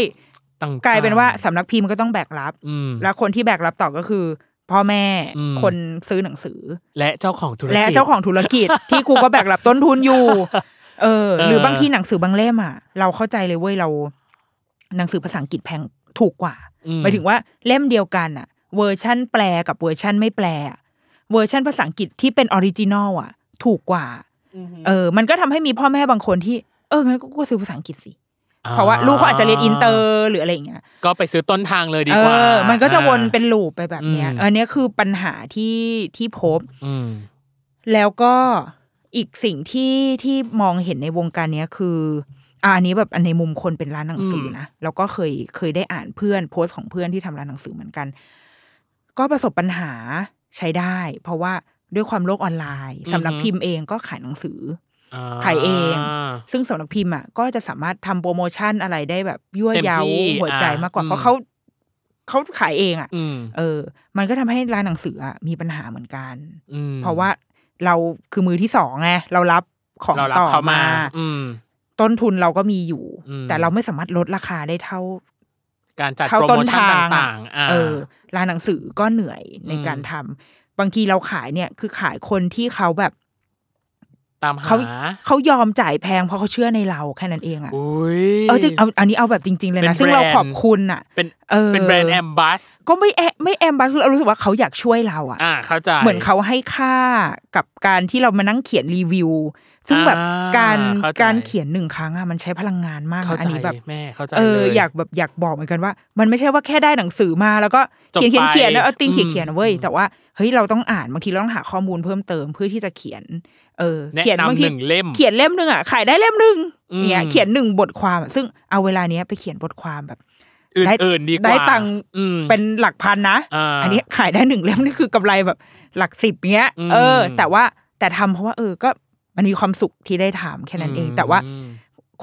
ต่งๆ
กลายเป็นว่าสำนักพิมพ์ก็ต้องแบกรับ
อืม
แล้วคนที่แบกรับต่อก็คือ พ่อแม่
อืม
คนซื้อหนังสือ
และเจ้าของธุรกิจ
และเจ้าของธุร กิจ ที่กูก็แบกรับต้นทุนอยู่ เออ หรือ
เออ
บางทีหนังสือบางเล่มอ่ะ เราเข้าใจเลยเว้ยเรา หนังสือภาษาอังกฤษแพงถูกกว่า
อื
หมายถึงว่าเล่มเดียวกันอะเวอร์ชั่นแปลกับเวอร์ชั่นไม่แปลอะเวอร์ชั่นภาษาอังกฤษที่เป็นออริจินอลอะถูกกว่า เออ มันก็ทำให้มีพ่อแม่บางคนที่ เอองั้นก็ซื้อภาษาอังกฤษสิเพราะว่าลูกเขาอาจจะเรียนอินเตอร์หรืออะไรอย่างเงี้ย
ก็ไปซื้อต้นทางเลยดี
เอก
ว่า
อ มันก็จะวน
อ่า
เป็นลูปไปแบบเนี้ย
อืม
อันเนี้ยคือปัญหาที่ที่พบ
อืม
แล้วก็อีกสิ่งที่ที่มองเห็นในวงการเนี้ยคืออ่ะอันนี้แบบอันในมุมคนเป็นร้านหนังสืออ
ม
นะแล้วก็เคยเคยได้อ่านเพื่อนโพสต์ของเพื่อนที่ทำร้านหนังสือเหมือนกัน ก็ประสบปัญหาใช้ได้ เพราะว่าด้วยความโลกออนไลน์สำนักพิมพ์เองก็ขายหนังสือ
อ่
ขายเอง ซึ่งสำนักพิมพ์อ่ะก็จะสามารถทำโปรโมชั่นอะไรได้แบบยั่วเย้าหัวใจมากกว่าเพราะเขาเขาขายเองอ่ะ
อืม
เออ มันก็ทำให้ร้านหนังสืออ่ะมีปัญหาเหมือนกัน
อืม
เพราะว่าเราคือมือที่สองไงเรารับของ
เรารับ
ต่อ
เขา
มา
มา อืม
ต้นทุนเราก็มีอยู่
อืม
แต่เราไม่สามารถลดราคาได้เท่า
การจัด
เข้า
โปร
ต้น
โมชั่น
ทาง
ต่างๆอ่า
เออร้านหนังสือก็เหนื่อยใน
อืม
การทำบางทีเราขายเนี่ย คือขายคนที่เขาแบบ
ตามหา
เขาเขายอมจ่ายแพงเพราะเขาเชื่อในเราแค่นั้นเองอะ
อุ้ย
เออจริงเอาอันนี้เอาแบบจริง ๆ เลย
เป็
นะ
น
ซึ่งเรา
แบรนด์
ขอบคุณอะ
เป็น
เออ
เป็นแบรนด์แอมบัส
ก็ไม่แอะไม่แอมบัสเรารู้สึกว่าเขาอยากช่วยเราอะ
อ่าเข้าใจ
เหมือนเขาให้ค่ากับการที่เรามานั่งเขียนรีวิว ซึ่งแบบ
อ่า
การ
เข้าใจ
การเขียนหนึ่งครั้งอะมันใช้พลังงานมาก
เข้า
นะอั
ใจ
นนี้แบบ
แม่เข้าใจ
เออ
เล
อยากแบบอยากบอกเหมือนกันว่า มันไม่ใช่ว่าแค่ได้หนังสือมาแล้วก็
จบ
เขียนเขีย
ไป
นเขียนแล้วเอาติ้ง
อืม
เขียนเขียนเว้ย
อืม
แต่ว่าเฮ้ยเราต้องอ่านบางทีเราต้องหาข้อมูลเพิ่มเติมเพื่อที่จะเขียน เออ
แนะ
เขียนบาง
นำห
ที
นึ่งเล่ม
เขียนเล่มหนึ่งอะขายได้เล่มหนึ่ง
อืม
เนี่ย เขียนหนึ่งบทความอะซึ่งเอาเวลาเนี้ยไปเขียนบทความแบบ ได้
อื่นๆดีกว่า
ได้ตังค์
อืม
เป็นหลักพันนะ
อ่า
อันนี้ขายได้หนึ่งเล่มนี่คือกำไรแบบหลักสิบเงี้ย
อืม
เออ แต่ว่าแต่ทำเพราะว่าเออก็มันมีความสุขที่ได้ถามแค่นั้นเอง แต่ว่า
อืม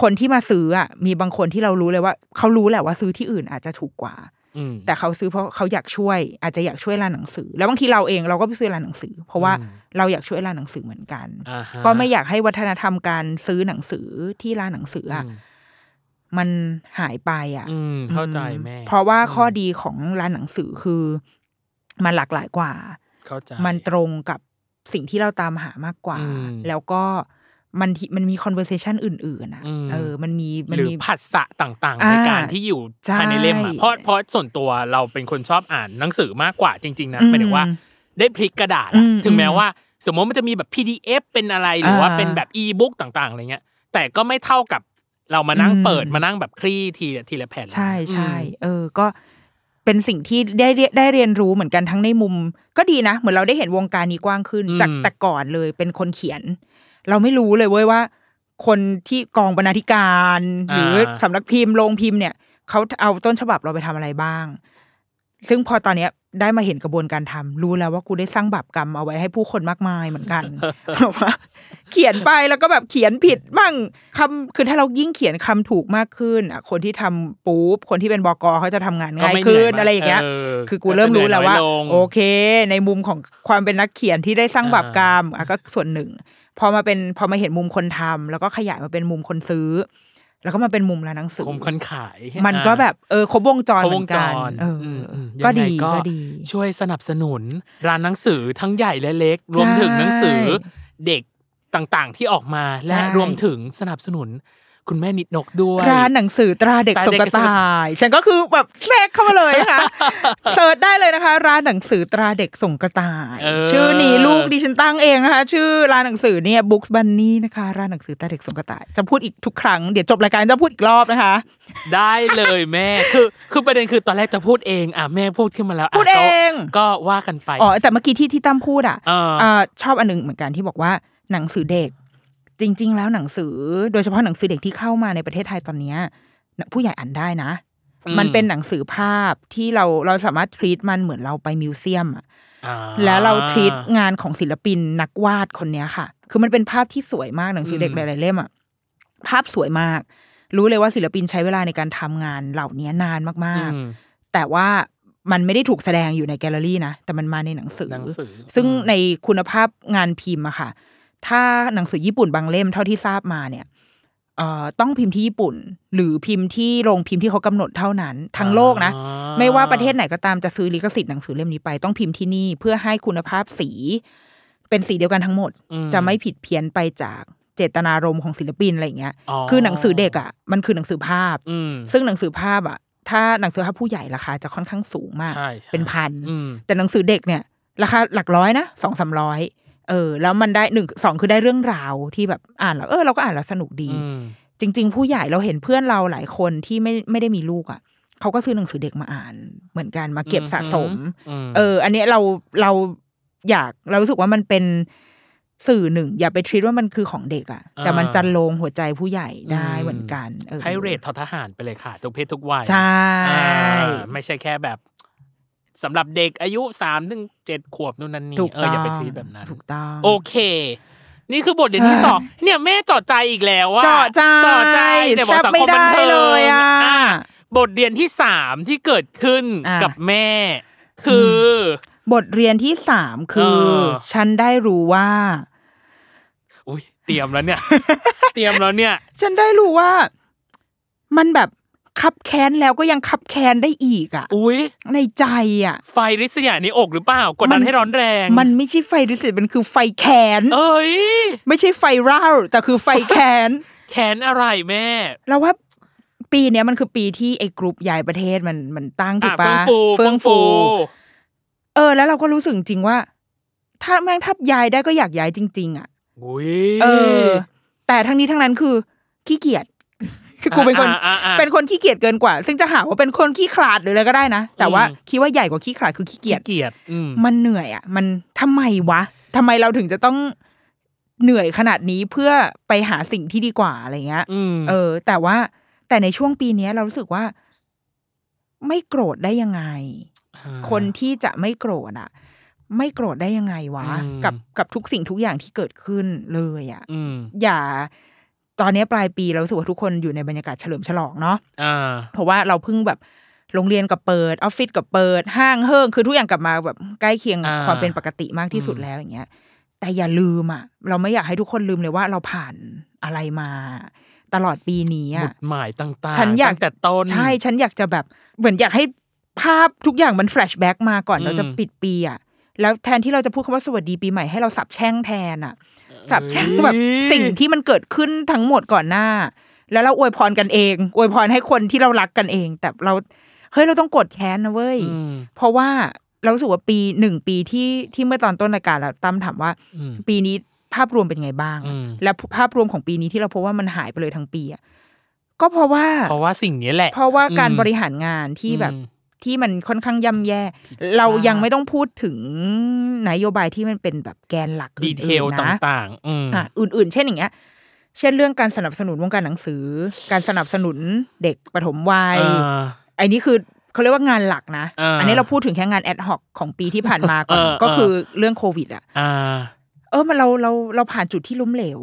คนที่มาซื้ออ่ะมีบางคนที่เรารู้เลยว่า เขารู้แหละว่าซื้อที่อื่นอาจจะถูกกว่า
อืม
แต่เขาซื้อเพราะเขาอยากช่วย อาจจะอยากช่วยร้านหนังสือ แล้วบางทีเราเองเราก็ไปซื้อร้านหนังสือ เพราะว่า
อืม
เราอยากช่วยร้านหนังสือเหมือนกัน
อ่าฮะ
ก็ไม่อยากให้วัฒนธรรมการซื้อหนังสือที่ร้านหนังสืออ่ะ
อืม
มันหายไปอ่ะ
อืมเข้าใจแม่
อืเพราะว่าข้อดีของร้านหนังสือคือ มันหลากหลายกว่า
เข้าใจ
มันตรงกับสิ่งที่เราตามหามากกว่า
อืม
แล้วก็มันที่มันมี conversation อื่นๆนะ
อืม
เออ มันมีมัน
หรือ
มี
ผัสสะต่างๆ
อ่า
ในการที่อยู่
ใช่
ภายในเล่มอะเพราะเพราะส่วนตัวเราเป็นคนชอบอ่านหนังสือมากกว่าจริง ๆนะ
อืม
หมายถึงว่า ได้พลิกกระดาษอะ
อืม
ถึงแม้ว่า สมมติมันจะมีแบบ PDF เป็นอะไรหรือว่า
อ่า
เป็นแบบอีบุ๊กต่างๆอะไรเงี้ย แต่ก็ไม่เท่ากับเรามานั่ง
อืม
เปิดมานั่งแบบคลี่ทีละทีละแผ่น
ใช่ใช่
อืม
เออ ก็เป็นสิ่งที่ได้เรียได้เรียนรู้เหมือนกันทั้งในมุม ก็ดีนะ เหมือนเราได้เห็นวงการนี้กว้างขึ้น
อืม
จากแต่ก่อนเลยเป็นคนเขียน เราไม่รู้เลยเว้ยว่า คนที่กองบรรณาธิการ หรืออา สำนักพิมพ์โรงพิมพ์เนี่ยเขาเอาต้นฉบับเราไปทำอะไรบ้าง ซึ่งพอตอนเนี้ยได้มาเห็นกระบวนการทำรู้แล้วว่ากูได้สร้างบาปกรรมเอาไว้ให้ผู้คนมากมายเหมือน กัน แบบว่าเขียนไปแล้วก็แบบเขียนผิดมั่งคำคือถ้าเรายิ่งเขียนคำถูกมากขึ้นอ่ะคนที่ทำปุ๊บคนที่เป็นบกเขาจะทำงาน
ก็
ง่าย
ม่ห
ขึ้น
ม
อะไรอย่างเงี้ย คือกูเริ่มรู้แล้วว่า
ก็จะเหนื่อยน้อยง
โอเค ในมุมของความเป็นนักเขียนที่ได้สร้าง
อ่า
บาปกรรมอ่ะก็ส่วนหนึ่ง พอมาเป็นพอมาเห็นมุมคนทำแล้วก็ขยายมาเป็นมุมคนซื้อ แล้วก็มาเป็นมุมร้านหนังสือ
ผมคนขาย
มันก็แบบเออครบวงจร
ครบ
เห
ว
มื
ง
อน
จ
กัน
ร
เอออ
มม
ก็
ยังไง
ดีก็ดี
ช่วยสนับสนุน ร้านหนังสือทั้งใหญ่และเล็ก รวม
ใช่
ถึงหนังสือเด็กต่างๆที่ออกมาและ
ใช่
รวมถึงสนับสนุน คุณแม่นิดนกด้วย
ร้านหนังสือตราเด็ก
ตรา
ส
เด็
ม
ก
กระต่าย ฉันก็คือแบบแทรกเข้ามาเลยนะคะ เสิร์ชได้เลยนะคะ ร้านหนังสือตราเด็กส่งกระต่าย
เออ
ชื่อนี้ลูกดิฉันตั้งเองนะคะ ชื่อร้านหนังสือเนี่ย Books Bunny นะคะ ร้านหนังสือตราเด็กส่งกระต่าย จะพูดอีกทุกครั้ง เดี๋ยวจบรายการจะพูดอีกรอบนะคะ
ได้เลยแม่ คือคือประเด็นคือตอนแรกจะพูดเองอ่ะแม่พูดขึ้นมาแล้วะ
พูดเอง
ก็ก็ว่ากันไป
อ๋อแต่เมื่อกี้ที่ที่ตั้มพูดอ่ะ
เออ
เชอบอันหนึงเหมือนกันที่บอกว่าหนังสือเด็ก จริง ๆ แล้วหนังสือ โดยเฉพาะหนังสือเด็กที่เข้ามาในประเทศไทยตอนเนี้ยผู้ใหญ่อ่านได้นะ
อืม
มันเป็นหนังสือภาพที่เราเราสามารถทรีตมันเหมือนเราไปมิวเซียมอะ
อ่า
แล้วเราทรีตงานของศิลปินนักวาดคนเนี้ยค่ะ คือมันเป็นภาพที่สวยมากหนังสือเด็กหลายๆเล่มอ่ะภาพสวยมาก รู้เลยว่าศิลปินใช้เวลาในการทำงานเหล่านี้นานมาก
อืม
ๆ แต่ว่ามันไม่ได้ถูกแสดงอยู่ในแกลเลอรี่นะแต่มันมาในหนังสือ
หนังสือ
ซึ่ง
อืม
ในคุณภาพงานพิมพ์อะค่ะ ถ้าหนังสือญี่ปุ่นบางเล่มเท่าที่ทราบมาเนี่ยเอ่อต้องพิมพ์ที่ญี่ปุ่น หรือพิมพ์ที่โรงพิมพ์ที่เขากำหนดเท่านั้น ทั้งโลกนะ
อ่า
ไม่ว่าประเทศไหนก็ตามจะซื้อลิขสิทธิ์หนังสือเล่มนี้ไปต้องพิมพ์ที่นี่เพื่อให้คุณภาพสี เป็นสีเดียวกันทั้งหมด
อื
จะไม่ผิดเพี้ยนไปจากเจตนารมณ์ของศิลปินอะไรอย่างเงี้ย คือหนังสือเด็กอะมันคือหนังสือภาพ
อืม
ซึ่งหนังสือภาพอะถ้าหนังสือภาพผู้ใหญ่ราคาจะค่อนข้างสูงมาก
ใช่ใช่
เป็นพัน
อืม
แต่หนังสือเด็กเนี่ยราคาหลักร้อยนะสองสามร้อยเออ แล้วมันได้หนึ่งสองคือได้เรื่องราวที่แบบอ่านแล้วเออเราก็อ่านแล้วสนุกดี
อืม
จริง ๆ ผู้ใหญ่เราเห็นเพื่อนเราหลายคนที่ไม่ไม่ได้มีลูกอ่ะเขาก็ซื้อหนังสือเด็กมาอ่าน เหมือนกันมาเก็บสะสม
ม
เออ อันเนี้ยเราเราอยากเรารู้สึกว่ามันเป็นสื่อหนึ่ง อย่าไปทรีตว่ามันคือของเด็กอ่ะ แต่มันจันโลงหัวใจผู้ใหญ่ได้เหมือนกันออ
ให้เรททอทหารไปเลยค่ะ ทุกเพศทุกวัย
ใช่
อ่าไม่ใช่แค่แบบสำหรับเด็กอายุสามถึงเจ็ดขวบนู่นนั่นนี่
ถูก
เออ
ต้อง
อย่าไปทีแบบนั้น
ถูกต้อง
โอเค นี่คือบทเรียนที่สองเนี่ยแม่จอดใจอีกแล้วว่า
เจาะใจ
จอดใจแต่บอก
แซ่บ
สัง
ไม่
คมบัน
ได้
เทิง
เลยอ่ะ
อ่ะบทเรียนที่สามที่เกิดขึ้น
อ่ะ
กับแม่ คือ
บทเรียนที่สามคือ
เออ
ฉันได้รู้ว่า
อุ้ยเตรียมแล้วเนี่ย เตรียมแล้วเนี่ย
ฉันได้รู้ว่ามันแบบคับแค้นแล้วก็ยังคับแค้นได้อีกอะ
อุ้ย
ในใจอะ
ไฟริษยาในอกหรือเปล่ากดดันให้ร้อนแรง
มันไม่ใช่ไฟริสิตมันคือไฟแค้น
เอ้ย
ไม่ใช่ไฟร่าวแต่คือไฟแค้น
แค้นอะไรแม่
เราว่าปีเนี้ยมันคือปีที่ไอ้กรุ๊ปย้ายประเทศมันมันตั้งถู
อ่ะ
กปะ
เฟื่องฟู
เฟื่องฟู
เฟื่องฟู
เออ แล้วเราก็รู้สึกจริงๆว่า ถ้าแม่งทับย้ายได้ก็อยากย้ายจริง ๆอะ
อุ้ย
เออ แต่ทั้งนี้ทั้งนั้นคือขี้เกียจคือกูเป็นคน
อ่ะอ่ะอ่ะ
เป็นคนขี้เกียจเกินกว่า ซึ่งจะหาว่าเป็นคนขี้ขลาดหรืออะไรก็ได้นะ แต่ว่า
อืม
คิดว่าใหญ่กว่าขี้ขลาดคือขี้เกี
ขี้
ยจ
เกียจอืม
มันเหนื่อยอ่ะ มันทำไมวะทำไมเราถึงจะต้องเหนื่อยขนาดนี้เพื่อไปหาสิ่งที่ดีกว่าอะไรเงี้ย
อืม
เออ แต่ว่าแต่ในช่วงปีเนี้ยเรารู้สึกว่า ไม่โกรธได้ยังไง
า
คนที่จะไม่โกรธอ่ะ ไม่โกรธได้ยังไงวะ
อืม
กับกับทุกสิ่งทุกอย่างที่เกิดขึ้นเลยอ่ะ
อืม
อย่าตอนนี้ปลายปีเรารู้สึกว่าทุกคนอยู่ในบรรยากาศเฉลิมฉลองเนาะ
อ่า
เพราะว่าเราเพิ่งแบบโรงเรียนกับเปิดออฟฟิศกับเปิด ห้างเฮิงคือทุกอย่างกลับมาแบบใกล้เคียง
อ่า
ความเป็นปกติมากที่สุดแล้วอย่างเงี้ย แต่อย่าลืมอ่ะ เราไม่อยากให้ทุกคนลืมเลยว่าเราผ่านอะไรมา ตลอดปีนี้
บ
อ่ะ
ทหมายต่างๆ
ฉันอยาก
ตั้งแต่ต้น
ใช่ฉันอยากจะแบบเหมือนอยากให้ภาพทุกอย่างมันแฟลชแบ็กมาก่อน
อืม
เราจะปิดปีอ่ะแล้วแทนที่เราจะพูดคำว่าสวัสดีปีใหม่ให้เราสับแช่งแทนอ่ะ สับแช่งแบบสิ่งที่มันเกิดขึ้นทั้งหมดก่อนหน้า แล้วเราอวยพรกันเองอวยพรให้คนที่เรารักกันเอง แต่เราเฮ้ยเราต้องกดแค้นนะเว้ย
อืม
เพราะว่าเรารู้สึกว่าปีหนึ่งปีที่ที่เมื่อตอนต้นรายการเราตั้มถามว่า
อืม
ปีนี้ภาพรวมเป็นไงบ้าง
อืม
และภาพรวมของปีนี้ที่เราพบว่ามันหายไปเลยทั้งปีอะก็เพราะว่า
เพราะว่าสิ่งนี้แหละ
เพราะว่าการ
อืม
บริหารงานที่แบบ
อืม
ที่มันค่อนข้างย่ำแย่ เรายังไม่ต้องพูดถึงนโยบายที่มันเป็นแบบแกนหลัก
ดีเทล
อื่นๆนะ
ต่างๆ อืม
อ่ะอื่นๆ เช่นอย่างเงี้ย เช่นเรื่องการสนับสนุนวงการหนังสือ การสนับสนุนเด็กปฐมวัยไอ้นี่คือเขาเรียกว่างานหลักนะ
อ่า
อันนี้เราพูดถึงแค่งานแอดฮอกของปีที่ผ่านมาก่อน
เออเออ
ก็คือเรื่องโควิดอ่ะ
อ่า
เออมันเราเราเราผ่านจุดที่ล้มเหลว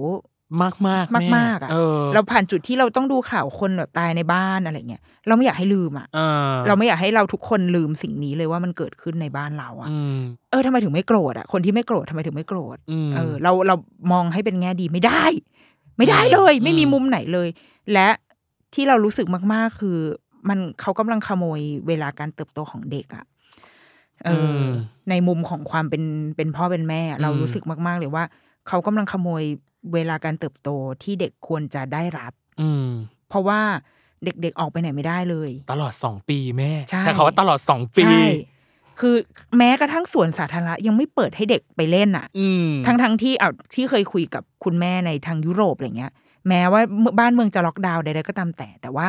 มากมากๆแ
มากๆอะ
เออ
เราผ่านจุดที่เราต้องดูข่าวคนแบบตายในบ้านอะไรเงี้ยเราไม่อยากให้ลืมอ่ะ
อ่า
เราไม่อยากให้เราทุกคนลืมสิ่งนี้เลยว่ามันเกิดขึ้นในบ้านเราอ่ะ
อืม
เออทำไมถึงไม่โกรธอ่ะคนที่ไม่โกรธทำไมถึงไม่โกรธ
อืม
เออเราเรามองให้เป็นแง่ดีไม่ได้ ไม่ได้เลย
อืม
ไม่มีมุมไหนเลย และที่เรารู้สึกมากๆ คือ มันเขากำลังขโมยเวลาการเติบโตของเด็กอะเอออ
ม
ในมุมของความเป็นเป็นพ่อเป็นแม่อะเรารู้สึกมาก ๆ เลยว่า เขากำลังขโมยเวลาการเติบโตที่เด็กควรจะได้รับ
อืม
เพราะว่าเด็กๆออกไปไหนไม่ได้เลย
ตลอดสองปีแม่
ใช่
คำว่าตลอดสองปี
ใช่ คือแม้กระทั่งสวนสาธารณะยังไม่เปิดให้เด็กไปเล่นอ่ะ
อืม
ทั้งทั้งๆที่เอาที่เคยคุยกับคุณแม่ในทางยุโรปอะไรเงี้ย แม้ว่าบ้านเมืองจะล็อกดาวน์ใดๆก็ตามแต่ แต่ว่า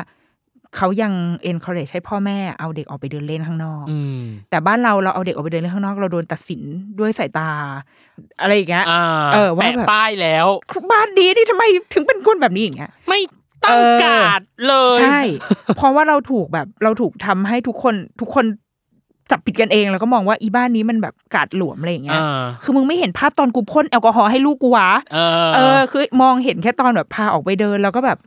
เขายัง encourage ให้พ่อแม่เอาเด็กออกไปเดินเล่นข้างนอก
อืม
แต่บ้านเราเราเอาเด็กออกไปเดินเล่นข้างนอก เราโดนตัดสินด้วยสาย ตา อะไรอย่างเงี้ย
อ่า
เออว่า
แปะ
แบบ
ป้ายแล้ว
บ้านดีนี่ทำไมถึงเป็นคนแบบนี้อย่างเงี้ย
ไม่ตั้ง
เออ
การ์ดเลย
ใช่ เพราะว่าเราถูกแบบเราถูกทำให้ทุกคนทุกคนจับผิดกันเองแล้วก็มองว่าอีบ้านนี้มันแบบกาดหลวมอะไรอย่างเงี้ย
อ่า
คือมึงไม่เห็นภาพตอนกูพ่นแอลกอฮอล์ให้ลูกกูวะ
เออ
เออคือมองเห็นแค่ตอนแบบพาออกไปเดินแล้วก็แบบ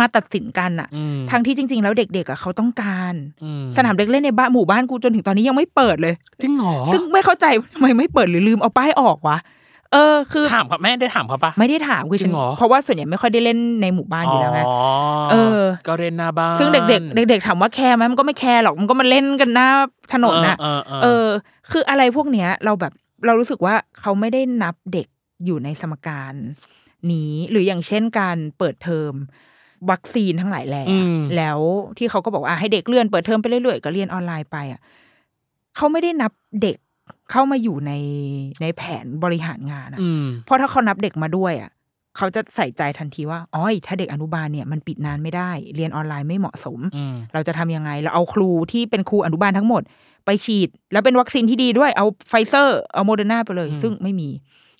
มาตัดสินกันอะ
ม
ทั้งที่จริง ๆ แล้วเด็กๆอะเขาต้องการ
อืม
สนามเด็กเล่นในบ้านหมู่บ้านกูจนถึงตอนนี้ยังไม่เปิดเลย
จริงเหรอ
ซึ่งไม่เข้าใจทำไมไม่เปิดหรือลืมเอาป้ายออกวะเออ คือ
ถามครับแม่ได้ถามเขาปะ
ไม่ได้ถามคือฉั
จริ
น
งเหรอ
เพราะว่าส่วนใหญ่ไม่ค่อยได้เล่นในหมู่บ้านอยู่แล้วไง เออ
ก็เล่นหน้าบ้าน
ซึ่งเด็ก ๆ เด็ก ๆถามว่าแคร์ไหมมันก็ไม่แคร์หรอกมันก็มาเล่นกันหน้าถนนน่ะ
เออเออ
เอ
เออ
อ คืออะไรพวกเนี้ย เราแบบเรารู้สึกว่าเขาไม่ได้นับเด็กอยู่ในสมการนี้หรืออย่างเช่นการเปิดเทอม วัคซีนทั้งหลายแหล่
ม
แล้วที่เขาก็บอกว่าให้เด็กเลื่อนเปิดเทอมไปเรื่อยๆก็เรียนออนไลน์ไปอ่ะเขาไม่ได้นับเด็กเข้ามาอยู่ในในแผนบริหารงานอ่ะ
อืม
เพราะถ้าเขานับเด็กมาด้วยอ่ะเขาจะใส่ใจทันทีว่าอ๋อยถ้าเด็กอนุบาลเนี่ยมันปิดนานไม่ได้ เรียนออนไลน์ไม่เหมาะสม
อืม
เราจะทำยังไง เราเอาครูที่เป็นครูอนุบาลทั้งหมด ไปฉีด แล้วเป็นวัคซีนที่ดีด้วยเอาไฟเซอร์ เอาโมเดอร์นาไปเลย ซึ่งไม่มี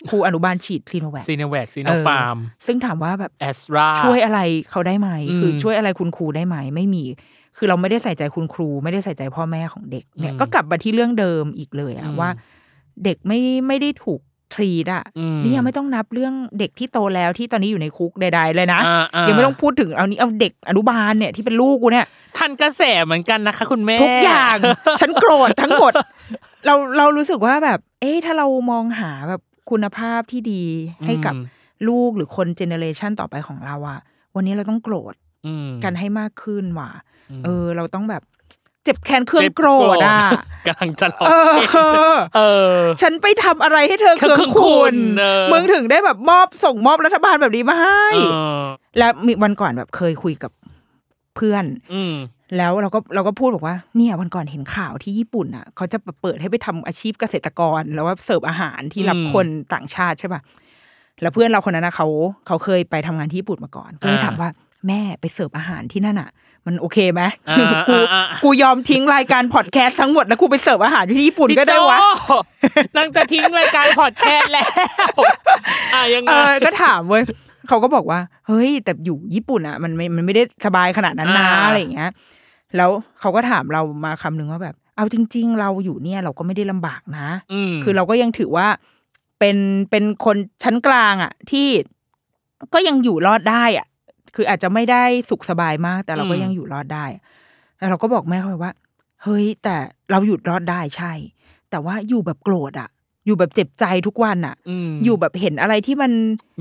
ครูอนุบาลฉีดซีโนแวค
ซีเนแวกซีโนฟาร์ม
ซึ่งถามว่าแบบ
แอสรา
ช่วยอะไรเขาได้ไหม
อืม
คือช่วยอะไรคุณครูได้ไหม ไม่มี คือเราไม่ได้ใส่ใจคุณครู ไม่ได้ใส่ใจพ่อแม่ของเด็กเนี่ย
อืม
ก็กลับมาที่เรื่องเดิมอีกเลยอะ
อืม
ว่า เด็กไม่ไม่ได้ถูกทรีดอะ
อืม
นี่ยังไม่ต้องนับเรื่องเด็กที่โตแล้วที่ตอนนี้อยู่ในคุกใด ๆ เลยนะยังไม่ต้องพูดถึงเอานี้เอาเด็กอนุบาลเนี่ยที่เป็นลูกกูเนี่ย
ทันกระแสเหมือนกันนะคะ คุณแม่
ทุกอย่าง ฉันโกรธทั้งหมด เราเรารู้สึกว่าแบบ เอ๊ะถ้าเรามองหาแบบคุณภาพที่ดีให้กับ
อืม
ลูกหรือคนเจเนอเรชันต่อไปของเราอะวันนี้เราต้องโกรธ
อืม
กันให้มากขึ้นว่ะ
อืม
เออ เราต้องแบบ เจ็บแค้นเครื่องโกรธอ่ะ
กำลังจะร้อง
เออ
เพลงเออ
ฉันไปทำอะไรให้เธอเครื่องคุณ
เออ
มึงถึงได้แบบมอบส่งมอบรัฐบาลแบบนี้มาให้
เออ
แล้วมีวันก่อนแบบเคยคุยกับเพื่อน
อืม
แล้วเราก็เราก็พูดบอกว่าเนี่ยวันก่อนเห็นข่าวที่ญี่ปุ่นอ่ะ เขาจะเปิดให้ไปทำอาชีพเกษตรกร แล้วว่าเสิร์ฟอาหารที่รับ
อืม
คนต่างชาติใช่ป่ะแล้วเพื่อนเราคนนั้นนะเขาเขาเคยไปทำงานที่ญี่ปุ่นมาก่อน ก็เลย
อ่า
ถามว่าแม่ไปเสิร์ฟอาหารที่นั่นอ่ะ มันโอเคไหม
อ่า
กู
อ่าอ่า
กูยอมทิ้งรายการพอดแคสต์ทั้งหมดแล้วกูไปเสิร์ฟอาหารที่ญี่ปุ่นก็ได้วะ
พี่โจ้ นางจะทิ้งรายการพอดแคสต์แล้ว อ่ะยังไง
เออ ก็ถามเว้ย เขาก็บอกว่า เฮ้ย แต่อยู่ญี่ปุ่นอ่ะ มันไม่ มันไม่ได้สบายขนาดนั้นนะ
อ่า
อะไรอย่างเงี้ย แล้วเขาก็ถามเรามาคำนึงว่าแบบ เอาจริง ๆ เราอยู่เนี่ยเราก็ไม่ได้ลำบากนะ
ม
คือเราก็ยังถือว่าเป็น เป็นคนชั้นกลางอ่ะ ที่ก็ยังอยู่รอดได้อ่ะ คืออาจจะไม่ได้สุขสบายมาก แต่เราก็
อืม
ยังอยู่รอดได้อะแล้วเราก็บอกแม่เขาไปว่า เฮ้ย แต่เราอยู่รอดได้ใช่ แต่ว่าอยู่แบบโกรธอ่ะ อยู่แบบเจ็บใจทุกวันอ่ะ
ม
อยู่แบบเห็นอะไรที่มัน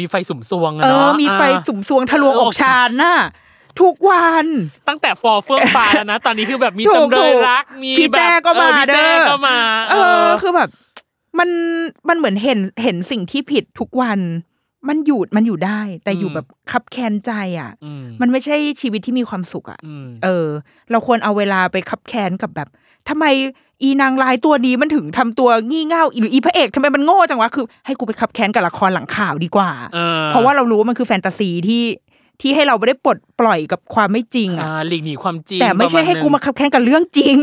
มีไฟสุ่มสวงอะ
เอ
เนาะ
อ มีไฟ
อ่ะ
สุ่มสวงทะลวง
เออ
อ
อ
อก กชานน่ะทุกวัน
ตั้งแต่ฟอร์เฟื่องฟ้าแล้วนะ ตอนนี้คือแบบมี
ถูก
จำเลยรัก
ถูก
มี
พี่แจ้
บบ
ก็
เอ
มา
อพี่แจ้
เด้อ
ก็มา
เออ คือแบบ มันมันเหมือนเห็นเห็นสิ่งที่ผิดทุกวัน มันอยู่มันอยู่ได้ แต่อยู่
อืม
แบบคับแคนใจอ่ะ
ม
มันไม่ใช่ชีวิตที่มีความสุขอ่ะ
อืม
เออ เราควรเอาเวลาไปคับแคนกับแบบทำไมอีนางลายตัวนี้มันถึงทำตัวงี่เง่าหรืออีพระเอกทำไมมันโง่จังวะคือให้กูไปคับแคนกับละครหลังข่าวดีกว่า
เออ
เพราะว่าเรารู้ว่ามันคือแฟนตาซีที่ที่ให้เราไม่ได้ปลดปล่อยกับความไม่จริงอ่ะ
อ่าหลีกหนีความจริง
แต่ไม่ใช่ให้กู
ป
มา
ระณ
ขับแข่งกับเรื่องจริง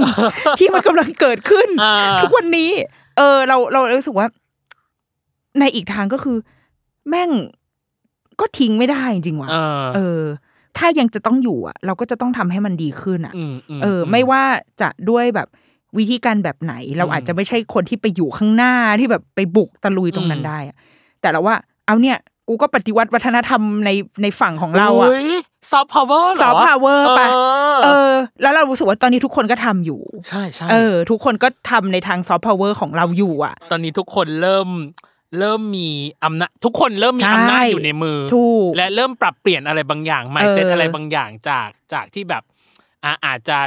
ที่มันกำลังเกิดขึ้น
อ่า
ทุกวันนี้ เออ เราเรารู้สึกว่า ในอีกทางก็คือ แม่งก็ทิ้งไม่ได้จริงๆว่ะ
เออ
เออ ถ้ายังจะต้องอยู่อ่ะ เราก็จะต้องทำให้มันดีขึ้นอ่ะ
มม
เออ ไม่ว่าจะด้วยแบบวิธีการแบบไหน เราอาจจะไม่ใช่คนที่ไปอยู่ข้างหน้าที่แบบไปบุกตะลุยตรงนั้
อื
น
ม
ได้อะแต่เราว่า เอาเนี่ย กูก็ปฏิวัติวัฒนธรรมในในฝั่งของเราอ่ะ
ยซอฟต์พาวเวอร์หรอ
ซอฟต์พาวเวอร์ปะ
เอ
เอ
อ
อ แล้วเรารู้สึกว่าตอนนี้ทุกคนก็ทำอยู่
ใช่ใช่
เออ ทุกคนก็ทำในทางซอฟต์พาวเวอร์ของเราอยู่อ่ะ
ตอนนี้ทุกคนเริ่ม เริ่มมีอำนาจทุกคนเริ่มมี
ใช่
อำนาจอยู่ในมือ
ถูก
และเริ่มปรับเปลี่ยนอะไรบางอย่าง mindset
เอออ
อะไรบางอย่างจากจากที่แบบอ่าอาจจะ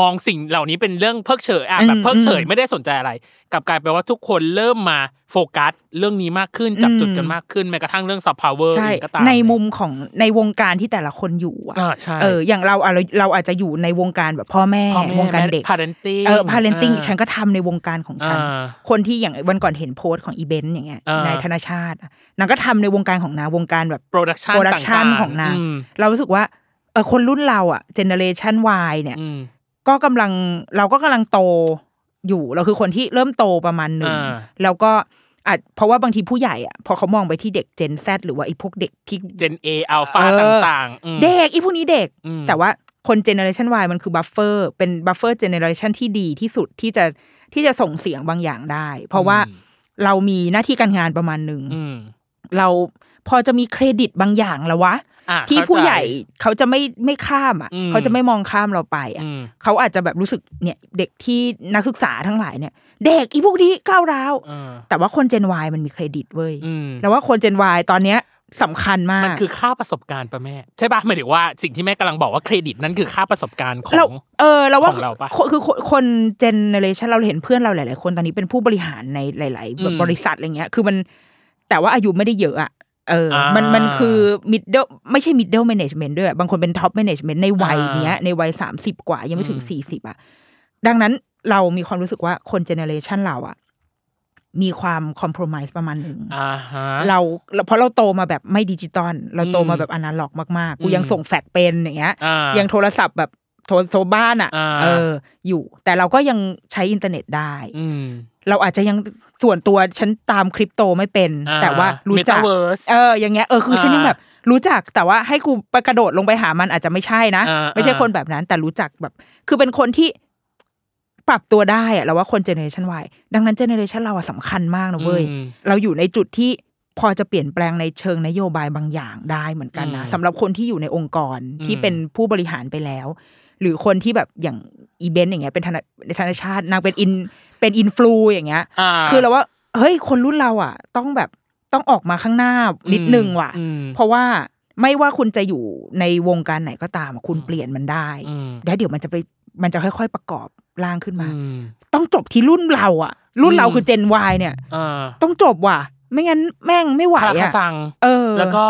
มองสิ่งเหล่านี้เป็นเรื่องเพิกเฉยอ่ะ
อืม
แบบเพิกเฉย
อืม
ไม่ได้สนใจอะไรกลับกลายไปนว่าทุกคนเริ่มมาโฟกัสเรื่องนี้มากขึ้นจับจุด
อืม
กันมากขึ้นแม้กระทั่งเรื่องซอฟต์พาวเวอร์
ใช่
ก็ตาม
ในมุมของในวงการที่แต่ละคนอยู่อะ
อ่าใช่
เอออย่างเราอะเราเราอาจจะอยู่ในวงการแบบพ่อแม่
พ่อแม่
วงการเด็ก
พาเรนติ้ง
เออพาเลนติ้งฉันก็ทำในวงการของฉัน
อ่า
คนที่อย่างวันก่อนเห็นโพสต์ของอีเบนต์อย่างเงี้ย
อ่าน
นายธนชาติอะนางก็ทำในวงการของนางวงการแบบ
โปรดักชัน
โปรดักชัน
ต่าๆ
ของนาง
อืม
เรารู้สึกว่าเออคนรุ่นเราอะเจเนเรชัน Y เนี่ย
อืม
ก็กำลังเราก็กำลังโตอยู่เราคือคนที่เริ่มโตประมาณหนึ่ง
อ่า
แล้วก็อาจเพราะว่าบางทีผู้ใหญ่อะพอเขามองไปที่เด็ก Gen Z หรือว่าไอ้พวกเด็กที่
เจนเออัลฟา
เออ
ต่างๆอืม
เด็กไอ้พวกนี้เด็ก
อืม
แต่ว่าคนเจเนอเรชัน Y มันคือบัฟเฟอร์เป็นบัฟเฟอร์เจเนอเรชันที่ดีที่สุดที่จะที่จะส่งเสียงบางอย่างได้ เพราะว่า
อืม
เรามีหน้าที่การงานประมาณหนึ่ง
อืม
เราพอจะมีเครดิตบางอย่างแล้ววะ
อ่ะ
ที่
เข้าจ
ผู้ใหญ่เขาจะไม่ไม่ข้ามอ่ะ
อืม
เขาจะไม่มองข้ามเราไปอ่ะ
อืม
เขาอาจจะแบบรู้สึกเนี่ยเด็กที่นักศึกษาทั้งหลายเนี่ย เด็กอีพวกนี้ก้าวร้าว
เออ
แต่ว่าคนเจน Y มันมีเครดิตเว้ย
อืม
แล้วว่าคนเจน Y ตอนเนี้ยสำคัญมาก
มันคือค่าประสบการณ์ปะแม่ ใช่ปะหมายถึงว่าสิ่งที่แม่กำลังบอกว่าเครดิตนั่นคือค่าประสบการณ์ขอ
เรา
ง
เออเราว่า
ของเราปะ
คนคือคนคนเจเนเรชันเราเห็นเพื่อนเราหลาย ๆ คนตอนนี้เป็นผู้บริหารในหลาย
อืม
ๆ บริษัทอะไรเงี้ย คือมันแต่ว่าอายุไม่ได้เยอะอะเอออา
มั
มันมันคือ middle ไม่ใช่ middle management ด้วยอะบางคนเป็น top management ในวัยเนี้ย ในวัยสามสิบกว่ายังไม่ถึง
อืม
สี่สิบอะดังนั้นเรามีความรู้สึกว่าคนเจเนเรชันเราอะมีความคอม p r o m i s e ประมาณหนึ่ง
อ่าฮะ
เราเราเพราะเราโตมาแบบไม่ดิจิตอลเราโตมา
อืม
แบบอนาล็อกมากๆ กู
อืม
ยังส่งแฟกซ์เป็นอย่างเงี้ย
อ่า
ยังโทรศัพท์แบบโทรโซบ้านอ่ะ
อ่า
เออ อยู่ แต่เราก็ยังใช้อินเทอร์เน็ตได้
อืม
เราอาจจะยังส่วนตัวฉันตามคริปโตไม่เป็น
อ่
แต่ว่ารู้จัก
เมตาเวิร์ส
เอออย่างเงี้ยเออคือฉันยัง
อ่า
แบบ รู้จักแต่ว่าให้กูไปกระโดดลงไปหามันอาจจะไม่ใช่นะ
อ่า
ไม่ใช่
อ่า
คนแบบนั้น แต่รู้จักแบบ คือเป็นคนที่ปรับตัวได้อะเราว่าคนเจเนอเรชันวดังนั้นเจเนอเรชันเราอะสำคัญมากนะเว้ย
อืม
เราอยู่ในจุดที่พอจะเปลี่ยนแปลงในเชิงนโยบายบางอย่างได้เหมือนกันนะ
อืม
สำหรับคนที่อยู่ในองค์กร
อืม
ที่เป็นผู้บริหารไปแล้ว หรือคนที่แบบอย่างอีเบนต์อย่างเงี้ยเป็นธนาธนาชาตินางเป็นอินเป็นอินฟลูอย่างเงี้ย
อ่า
คือเราว่าเฮ้ยคนรุ่นเราอ่ะ ต้องแบบต้องออกมาข้างหน้านิดนึงว่ะ
อืม
เพราะว่าไม่ว่าคุณจะอยู่ในวงการไหนก็ตามอะคุณเปลี่ยนมันได้
อืม
แล้วเดี๋ยวมันจะไปมันจะค่อยๆประกอบร่างขึ้นมา
อืม
ต้องจบที่รุ่นเราอ่ะ รุ่นเรา
อืม
คือเจน Y เนี่ย
อ่า
ต้องจบว่ะ ไม่งั้นแม่งไม่ไหว
คาราคา
อะ
ซัง
เออ
แล้วก็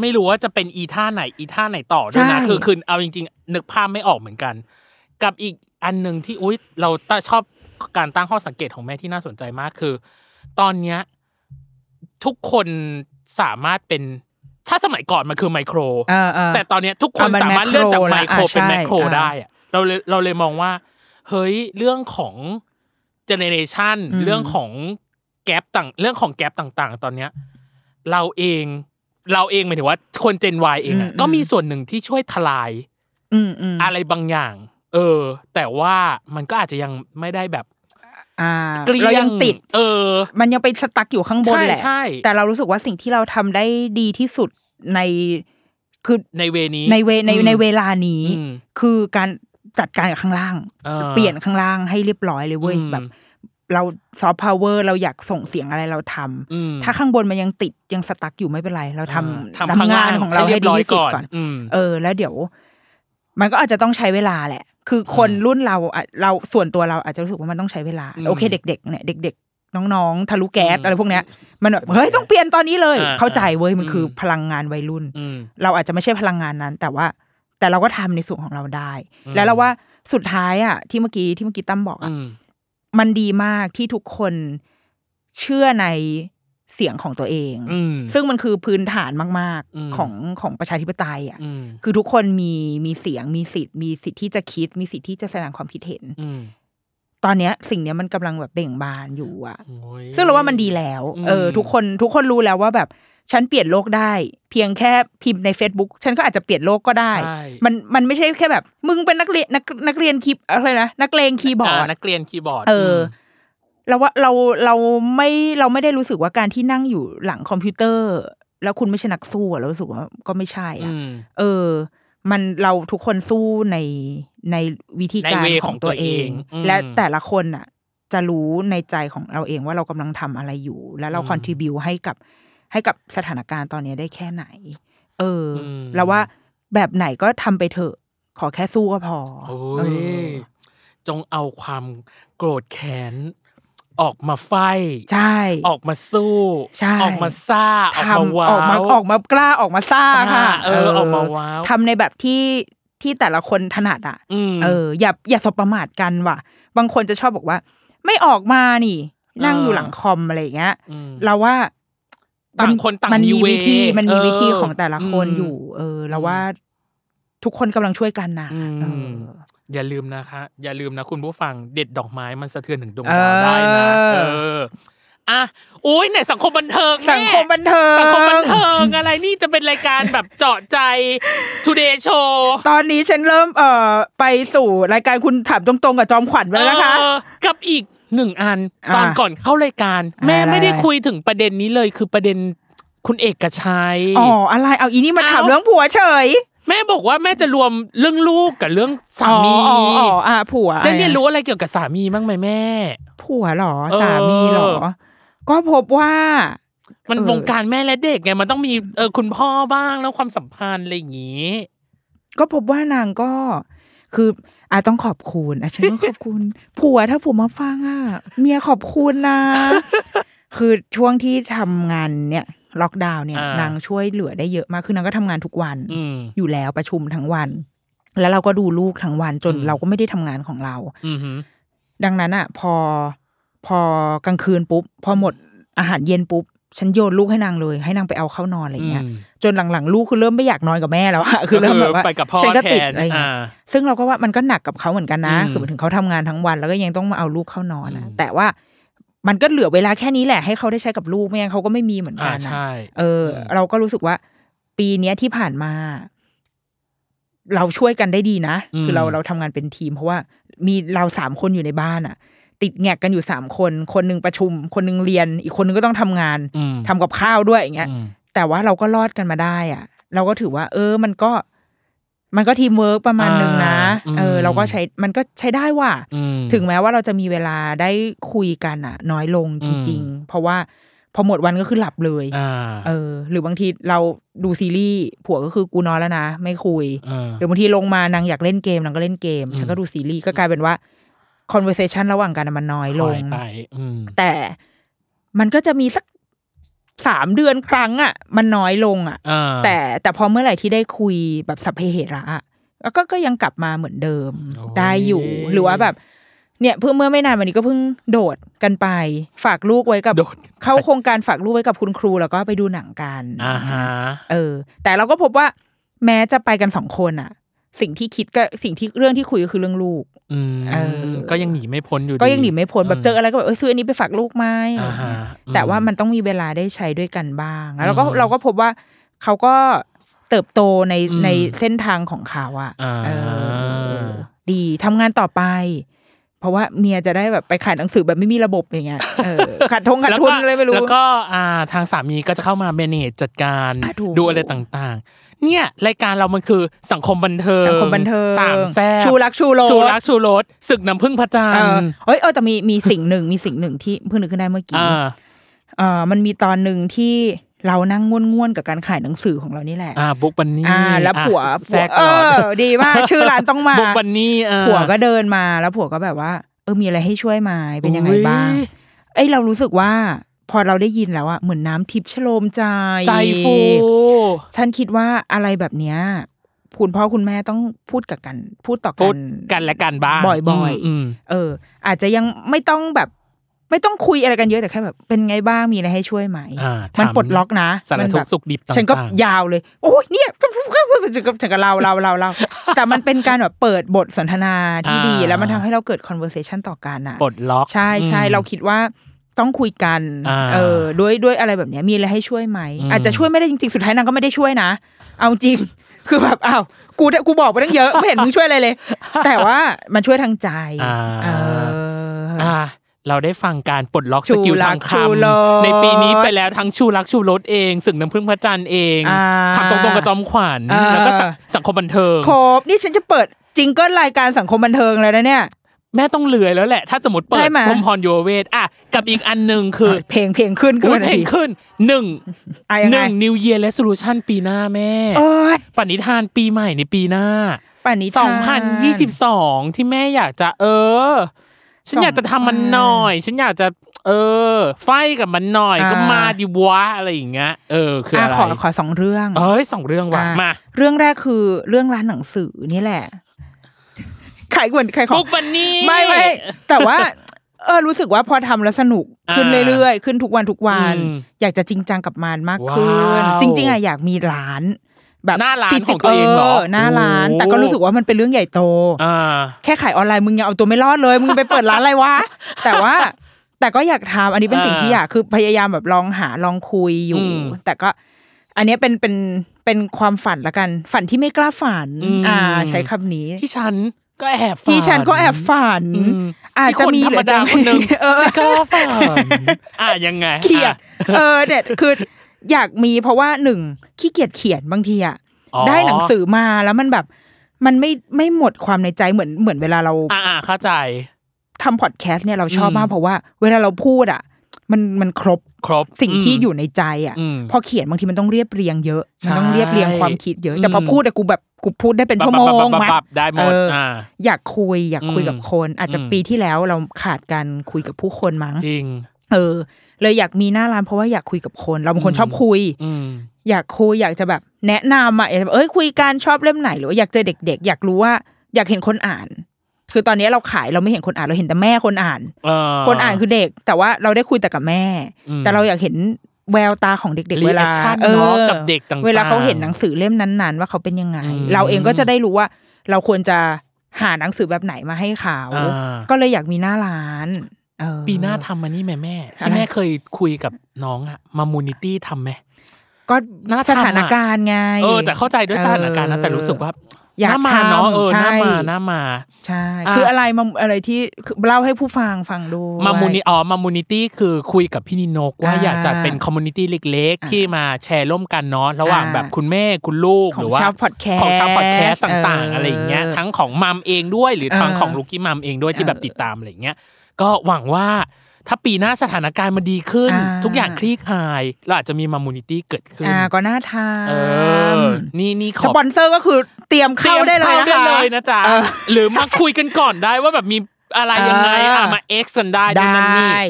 ไม่รู้ว่าจะเป็นอีท่าไหนอีท่าไหนต่อด้วยนะ
ใช่
คือคือเอาจริงๆ นึกภาพไม่ออกเหมือนกัน กับอีกอันหนึ่งที่อุ้ยเราตชอบการตั้งข้อสังเกตของแม่ที่น่าสนใจมากคือ ตอนเนี้ยทุกคนสามารถเป็นถ้าสมัยก่อนมันคือไมโคร
เออเออ
แต่ตอนเนี้ยทุกคน
อ่ะมัน
สามารถเลื่อนจากไมโคร
แมคโคร
เป็
ละอ่ะ
นแมคโคร
ใช่อ่ะ
ได้อะเราเลยเราเลยมองว่า เฮ้ยเรื่องของเจเนเรชัน
อืม
เรื่องของแกลบต่างเรื่องของแกลบต่างๆ ตอนเนี้ยเราเองเราเองหมายถึงว่าคนเจนวเองอะก็มีส่วนหนึ่งที่ช่วยทลาย
อืมอืม
อะไรบางอย่าง เออ แต่ว่ามันก็อาจจะยังไม่ได้แบบ
อ่า
เกลี้ยง
เรายังติด
เออ
มันยังไปสตักอยู่ข้างบน
ใช่
แหละ
ใช่
แต่เรารู้สึกว่าสิ่งที่เราทำได้ดีที่สุดในคือ
ในเวนี้
ในเวใน
อืม
ในเวลานี้
อืม
คือการจัดการกับข้างล่าง
ออ
เปลี่ยนข้างล่างให้เรียบร้อยเลยเว้ย
อืม
แบบ เราซอฟต์พาวเวอร์เราอยากส่งเสียงอะไรเราทำ
อืม
ถ้าข้างบนมันยังติดยังสตักอยู่ไม่เป็นไร เราทำ
อ่าทำข้
ทำงาน
ล่
ของเรา
รี
ให้
ยบ
ดี
อย
ที่สุดก่อน
อืม
เออแล้วเดี๋ยว มันก็อาจจะต้องใช้เวลาแหละ คือคนรุ่นเราอะเราส่วนตัวเราอาจจะรู้สึกว่ามันต้องใช้เวลา
อืม
โอเค เด็ก ๆ เนี่ยเด็ก ๆ น้องๆทะลุแก๊ส
อืม
อะไรพวกเนี้ยมันแบบเฮ้ยต้องเปลี่ยนตอนนี้เลย
อ่า
เข้าใจเว้ยมัน
อืม
คือพลังงานวัยรุ่น
อืม
เราอาจจะไม่ใช่พลังงานนั้น แต่ว่า แต่เราก็ทำในส่วนของเราได้
อืม
แล้วเราว่าสุดท้ายอ่ะที่เมื่อกี้ที่เมื่อกี้ตั้มบอกอ่ะ
อืม
มันดีมากที่ทุกคนเชื่อในเสียงของตัวเอง
อืม
ซึ่งมันคือพื้นฐานมาก
อืม
ๆของของประชาธิปไตยอ่ะ
อืม
คือทุกคนมีมีเสียงมีสิทธิ์มีสิทธิ์ที่จะคิดมีสิทธิ์ที่จะแสดงความคิดเห็น
อืม
ตอนเนี้ยสิ่งเนี้ยมันกำลังแบบเบ่งบานอยู่อะ
โอ้ย
ซึ่งเราว่ามันดีแล้ว เอออ
ม
ทุกคนทุกคนรู้แล้วว่าแบบฉันเปลี่ยนโลกได้ เพียงแค่พิมพ์ใน Facebook ฉันก็อาจจะเปลี่ยนโลกก็ได้
ใช่
มันมันไม่ใช่แค่แบบ มึงเป็นนักเรียนนักนักเรียนคีย์อะไรนะนักเลงคีย์บอร์ด
านักเรียนคีย์บอร์ด
เอออ
ม
เราว่าเราเราไม่เราไม่ได้รู้สึกว่าการที่นั่งอยู่หลังคอมพิวเตอร์ แล้วคุณไม่ใช่นักสู้อะเรารู้สึกว่าก็ไม่ใช่อะ เออ มันเราทุกคนสู้ในในวิธีการ
ใน way
ของตัวเอง
ของตัวเอง
และ
อืม
แต่ละคนอ่ะ จะรู้ในใจของเราเองว่าเรากำลังทำอะไรอยู่ และเรา
อืม
คอนทริบิวให้กับให้กับสถานการณ์ตอนนี้ได้แค่ไหน เอออ
ม
เราว่าแบบไหนก็ทำไปเถอะ ขอแค่สู้ก็พอ
โอ้
เอย อ
จงเอาความโกรธแค้นออกมาไฟ
ใช่
ออกมาสู้
ใช่
ออกมาซ่า ออก
ทำ
มาว้าว
ออกมาออกมากล้าออกมาซ่าค่ะ
ซ่าเออออกมาว้าว
ทำในแบบที่ที่แต่ละคนถนัดอ่ะ
ม
เอออย่าอย่าสบประมาทกันว่ะ บางคนจะชอบบอกว่า ไม่ออกมานี่ นั่งอยู่หลังคอมอะไรอย่างเงี้ย
ม
เราว่า
ต่างคนต่าง
มัมี
มี
วิธี
way
มันมีวิธี
เออ
ของแต่ละคน
อืม
อยู่ เออเราว่าทุกคนกำลังช่วยกันนะ
อืม
เออ
อย่าลืมนะคะ อย่าลืมนะคุณผู้ฟังเด็ดดอกไม้มันสะเทือนถึงดวง
เอ
ดาวได้นะ
อ
เอออ่ะอุ้ยไหนสังคมบันเทิงแ
สังคมบันเทิง
สังคมบันเทิงอะไรนี่จะเป็นรายการแบบเจาะใจ Today Show
ตอนนี้ฉันเริ่มเอ่อไปสู่รายการคุณถามตรงๆกับจอมขวัญไปแล้วนะคะ
เออกับอีกหนึ่งอัน
อ่า
ตอนก่อนเข้ารายการ แม่
อะไร
ไม่ได้คุยถึงประเด็นนี้เลยคือประเด็นคุณเอกชัย
อ๋ออะไรเอาอีนี่มาถาม
เอา
เรื่องผัวเฉย
แม่บอกว่าแม่จะรวมเรื่องลูกกับเรื่องสามี
อ๋ออ๋ออ๋ออ่ะผัว
ได้เรียนรู้อะไรเกี่ยวกับสามีบ้างไหมแม่
ผัวเหรอ
เออ
สามีเหรอ ก็พบว่า
มัน
เออ
วงการแม่และเด็กไงมันต้องมีเออคุณพ่อบ้างแล้วความสัมพันธ์อะไรอย่างงี้
ก็พบว่านางก็ คืออาต้องขอบคุณอาฉันก็ขอบคุณ ผัวถ้าผัวมาฟังอ่ะเมียขอบคุณนะ คือช่วงที่ทำงานเนี่ย ล็อกดาวน์เนี่ย
อ่าน
นางช่วยเหลือได้เยอะมากคือนางก็ทำงานทุกวัน
อืม
อยู่แล้วประชุมทั้งวัน แล้วเราก็ดูลูกทั้งวันจน
อืม
เราก็ไม่ได้ทำงานของเรา
อืมฮึ
ดังนั้นอ่ะ พอพอกลางคืนปุ๊บพอหมดอาหารเย็นปุ๊บฉันโยนลูกให้นางเลย ให้นางไปเอาเข้านอนอะไรเงี้ย
ม
จนหลังๆ ลูกคือเริ่มไม่อยากนอนกับแม่แล้วอะ คือเริ่มแบบว่า
ก็ไปกับพ่อ
ฉันก็ติด
แทน
อะไรอย่างเงี้
อ่า
ยซึ่งเราก็ว่ามันก็หนักกับเขาเหมือนกันนะ
อืม
คือหมายถึงเขาทำงานทั้งวัน แล้วก็ยังต้องมาเอาลูกเข้านอนอะ
อืม
แต่ว่ามันก็เหลือเวลาแค่นี้แหละให้เขาได้ใช้กับลูกไม่งั้นเขาก็ไม่มีเหมือน
อ่า
กันอะ
ใช่
เอออ
ม
เราก็รู้สึกว่า ปีเนี้ยที่ผ่านมา เราช่วยกันได้ดีนะ คือเราเราทำงานเป็นทีม เพราะว่ามีเราสามคนอยู่ในบ้านอะติดแงกกันอยู่สามคน คนหนึ่งประชุม คนหนึ่งเรียน อีกคนหนึงก็ต้องทำงาน
อืม
ทำกับข้าวด้วยอย่างเงี้ย
อืม
แต่ว่าเราก็รอดกันมาได้อ่ะ เราก็ถือว่า เออ มันก็ มันก็ทีมเวิร์กประมาณหนึ่งนะ
อ่า
เออ
อืม
เราก็ใช้มันก็ใช้ได้ว่ะ
อืม
ถึงแม้ว่าเราจะมีเวลาได้คุยกันอ่ะ น้อยลงจริง
อืม
ๆ เพราะว่าพอหมดวันก็คือหลับเลย
อ่า
เออ หรือบางทีเราดูซีรีส์ผัวก็คือกูนอนแล้วนะไม่คุย
อ่า
หรือบางทีลงมานางอยากเล่นเกมนางก็เล่นเกม
อืม
ฉันก็ดูซีรีส์ก็กลายเป็นว่า conversation ระหว่างกันอะมันน้อยลง
หายไปอืม
แต่มันก็จะมีสักสามเดือนครั้งอ่ะ มันน้อยลงอ่ะ
อ่า
แต่แต่พอเมื่อไหร่ที่ได้คุยแบบสัพเพเหระอะแล้วก็ก็ยังกลับมาเหมือนเดิม
โอ้ย
ได้อยู่ หรือว่าแบบ เนี่ยเพิ่งเมื่อไม่นานวันนี้ก็เพิ่งโดดกันไป ฝากลูกไว้กับ
โดด
เข้าโครงการฝากลูกไว้กับคุณครูแล้วก็ไปดูหนังกัน
อ่าฮะ
เออ แต่เราก็พบว่า แม้จะไปกันสองคนอะสิ่งที่คิดก็สิ่งที่เรื่องที่คุยก็คือเรื่องลูก
อืม
เออ
ก็ยังหนีไม่พ้นอยู่ดี
ก็ยังหนีไม่พ้นแบบเจ
ม
ออะไรก็แบบเออซื้ออันนี้ไปฝากลูกไหมอะไร
อ่า
อย่าง
ฮะ
เงี้ย
อื
แต่ว่ามันต้องมีเวลาได้ใช้ด้วยกันบ้างแล้วเราก็
อืม
เราก็พบว่าเขาก็เติบโตใน
อืม
ในเส้นทางของเขาอะ
อ่า
เออดีทำงานต่อไป เพราะว่าเมียจะได้แบบไปขายหนังสือแบบไม่มีระบบอย่า งเงี้ยเออขาดทงขาด
แล้ว
ทุน
ก็
เลยไม่รู้
แล้วก็อ่าทางสามีก็จะเข้ามาเมเนจจัดการ
อ่ะถูก
ดูอะไรต่างๆ เนี่ยรายการเรามันคือสังคมบันเทิง
สังคมบันเทิง
สามแซ่บ
ชูรักชูโล
ชูรักชูรสศึกน้ำพึ่งพระจั
เอ
ท
นอ
ร์
เฮ้ยเออแต่มีมีสิ่งหนึ่งมีสิ่งหนึ่งที่เพิ่งนึกขึ้นได้เมื่อกี้
อ่า
เออมันมีตอนหนึ่งที่เรานั่งง่วนๆกับการขายหนังสือของเรานี่แหละ
อ่าบุกบันนี่
อ่า แล้วผัว
อ่ะ
ผั
แทร
ว
กต
เอ
ลอด
อ ดีมาก ชื่อร้านต้องมา
บุกบันนี่อ่า
ผัวก็เดินมาแล้วผัวก็แบบว่า เออมีอะไรให้ช่วยไหมเป็นยังไงบ้าง
อุ๊ย
เอ้ยเรารู้สึกว่า พอเราได้ยินแล้วอะเหมือนน้ำทิพย์ชโลมใจ
ใจฟู
ฉันคิดว่าอะไรแบบเนี้ยคุณพ่อคุณแม่ต้องพูดกับกัน พูดต่อ
พู
กั
ด
น
กันและกันบ้าง
บ่อยๆ
ม
เออ อาจจะยังไม่ต้องแบบ ไม่ต้องคุยอะไรกันเยอะแต่แค่แบบ เป็นไงบ้างมีอะไรให้ช่วยไหม
อ่า
มัน
ถาม
ปลดล็อกนะ
สาร
มัน
ทุ
แบ
ก
บ
ข์สุขดิบต่างๆ
ฉันก็ยาวเลย โอ้ยเนี่ยฉันก็ฉันก็เล่าเล่าเล่า เล่าแต่มันเป็นการแบบเปิดบทสนทนาที่ดี
อ่า
แล้วมันทำให้เราเกิด conversation ต่อกันอ่ะ
ปลดล็อก
ใช่ใช่
อืม
เราคิดว่าต้องคุยกัน
อ่า
เออด้วยด้วยอะไรแบบเนี้ยมีอะไรให้ช่วยไหม
อืม
อาจจะช่วยไม่ได้จริงๆ สุดท้ายนางก็ไม่ได้ช่วยนะ เอาจริง คือแบบอ้าวกูกูบอกไปตั้งเยอะไม่เห็นมึงช่วยอะไรเลย แต่ว่ามันช่วยทางใจ
อ่า
เออ
อ่า เราได้ฟังการปลดล็อก
ชู
สกิล
รั
ทาก งค
ชูรส
ำในปีนี้ไปแล้วทั้งชูรักชูรสเองสึกน้ำพึ่งพระจันทร์เอง
อ่า
ทำตรงๆกับจอมขวัญ
อ่า
แล้วก็สังสังคมบันเทิง
ครบนี่ฉันจะเปิดจิงเกิลรายการสังคมบันเทิงเลยนะเนี่ย
แม่ต้องเลือยแล้วแหละ ถ้าสมมติเปิ
ได้
ด
ไหม
พรหมพรโยเวทอ่ะกับอีกอันหนึ่งคือ
เพลงเพลงขึ้นขึ้น
พูด
มาทัน
เพลง
ที
ขึ้นหนึ่ง
อ่ะยัง
ห
ไง
นึ่ง New Year Resolution ปีหน้าแม่
โอ้ย
ปณิธานปีใหม่ในปีหน้า
ปานิธาน
2022 ที่แม่อยากจะเออ ฉันอยากจะทำมันหน่อย ฉันอยากจะ เออ ไฟกับมันหน่อย
อ่า
ก็มาดิวะอะไรอย่างเงี้ยเออคือ
อ่ะ
อะไร
ขอขอสองเรื่อง
เอ้ยสองเรื่องว่ะ
อ่ะ
มา
เรื่องแรกคือเรื่องร้านหนังสือนี่แหละขายเหมือนขายขอ
บุ
ง
กบันนี่
ไม่ไม่แต่ว่า เออรู้สึกว่าพอทำแล้วสนุกขึ้น
อ่า
เรื่อยๆ ขึ้นทุกวันทุกวัน
อืม
อยากจะจริงจังกับมันมากขึ้น
ว้าว
จริง ๆอ่ะอยากมีร้าน แบบ
หน้าร้าน
ฟิ
ข
สิ
องตัวเองเหรอ
หน้าร้าน
โอ้
แต่ก็รู้สึกว่ามันเป็นเรื่องใหญ่โต
อ่า
แค่ขายออนไลน์มึงยังเอาตัวไม่รอดเลย มึงไปเปิดร้านอะไร วะ แต่ว่า แต่ก็อยากทำอันนี้เป็น
อ่า
สิ่งที่อยากคือพยายามแบบลองหาลองคุยอยู่
อืม
แต่ก็ อันเนี้ยเป็นเป็นเป็นความฝันละกัน ฝันที่ไม่กล้าฝัน
อืม
ใช้คำนี้
ที่ฉันก็แอบฝั
ที่ฉันก็แอบฝัน
อืม
อาจจะมี
ที่คนธรรม
หรือจะ
ดาค
ไม่
นหนึ่ง
เออ
ไม่ ก็ฝันอ่ะยังไง
เกลียด
อ่ะ
เออเนี่ยคืออยากมีเพราะว่าหนึ่งขี้เกียจเขียนบางทีอะ
อ๋อ
ได้หนังสือมาแล้วมันแบบมันไม่ไม่หมดความในใจเหมือนเหมือนเวลาเรา
อ่ะอ่ะเข้าใจ
ทำพอดแคสต์เนี่ยเราชอบ
อืม
มากเพราะว่าเวลาเราพูดอ่ะ มันมันครบ
ครบ
สิ่ง
อืม
ที่อยู่ในใจอ่ะ
อืม
พอเขียนบางทีมันต้องเรียบเรียงเยอะมันต้อง
ใช่
เรียบเรียงความคิดเยอะ
อืม
แต่พอพูดอะกูแบบกูพูดได้เป็นชั่วโมง
บับบับบับ
มั้ย
บับได้หมด
เอออ่
อ่า
อยากคุยอยากคุยกับ
อืม
คน อาจจะ
อืม
ปีที่แล้วเราขาดการคุยกับผู้คนมั้ง
จริง
เออ เลยอยากมีหน้าร้านเพราะว่าอยากคุยกับคน เราเป็นคน
อืม
ชอบคุย
อืม
อยากคุยอยากจะแบบแนะนำอ่ะอยากจะแบบเอ้ยคุยการชอบเล่มไหนหรือว่าอยากเจอเด็ก ๆ อยากรู้ว่าอยากเห็นคนอ่าน คือตอนนี้เราขายเราไม่เห็นคนอ่านเราเห็นแต่แม่คนอ่าน
เออ
คนอ่านคือเด็ก แต่ว่าเราได้คุยแต่กับแม่
อืม
แต่เราอยากเห็นแววตาของเด็ก ๆ เวลา
Reaction
เอ
เน
อ
อะกับเด็กต่างๆ
เวลาเขาเห็นหนังสือเล่มนั้น ๆ ว่าเขาเป็นยังไง
อืม
เราเองก็จะได้รู้ว่า เราควรจะหาหนังสือแบบไหนมาให้เขา
อ่า
ก็เลยอยากมีหน้าร้านเออ
ปีหน้าทำมานี่แม่แม่
อะไร
ที่แม่เคยคุยกับน้องอะมามูนิตี้ทำไหม
ก็
น่าทำอะ
สถานการณ์ไง
เออ แต่เข้าใจด้วยสถานการณ์นะ
เออ
แต่รู้สึกว่า
อยาก
น่มาเนาะ
ทำ
เออ
ใช่
น่ามาน่ามา
ใช่
อ่ะ
คืออะไรมาอะไรที่คือเล่าให้ผู้ฟังฟังดู
มามูนิ
นิ
อ๋อมามูนิตี้คือคุยกับพี่นินกว่า
อ่า
อยากจะเป็นคอมมูนิตี้เล็ก
อ่า
ๆ ที่มาแชร์ร่วมกันเนาะระหว่าง
อ่า
แบบคุณแม่คุณลูก
ของ
หรือว่า
ชาว podcast
ของชาวพอดแคสต์ต่างๆ
เอออ
อะไรอย่างเงี้ยทั้งของมัมเองด้วย หรือทั้ง
เออ
ของลูกี้มัมเองด้วยที่แบบ
เออ
ติดตามอะไรอย่างเงี้ยก็หวังว่าถ้าปีหน้าสถานการณ์มันดีขึ้น
อ่า
ทุกอย่างคลี่คลายเราอาจจะมีมามูนิตี้เกิดขึ้น
อ่าก็น่าท
เออ
ำ
นี่นี่ข
ส
อ
ปอนเซอร์ก็คือเตรียมเข้าได้เล
ต
ยนะ
รีม
คะ
ข้าได้เลยนะจ๊ะ
เออ
หรือมาคุยกันก่อนได้ว่าแบบมีอะไรยังไง
เอออ่
อ่ะมา X กันได้
ได
ด้วยนั่นนี่
้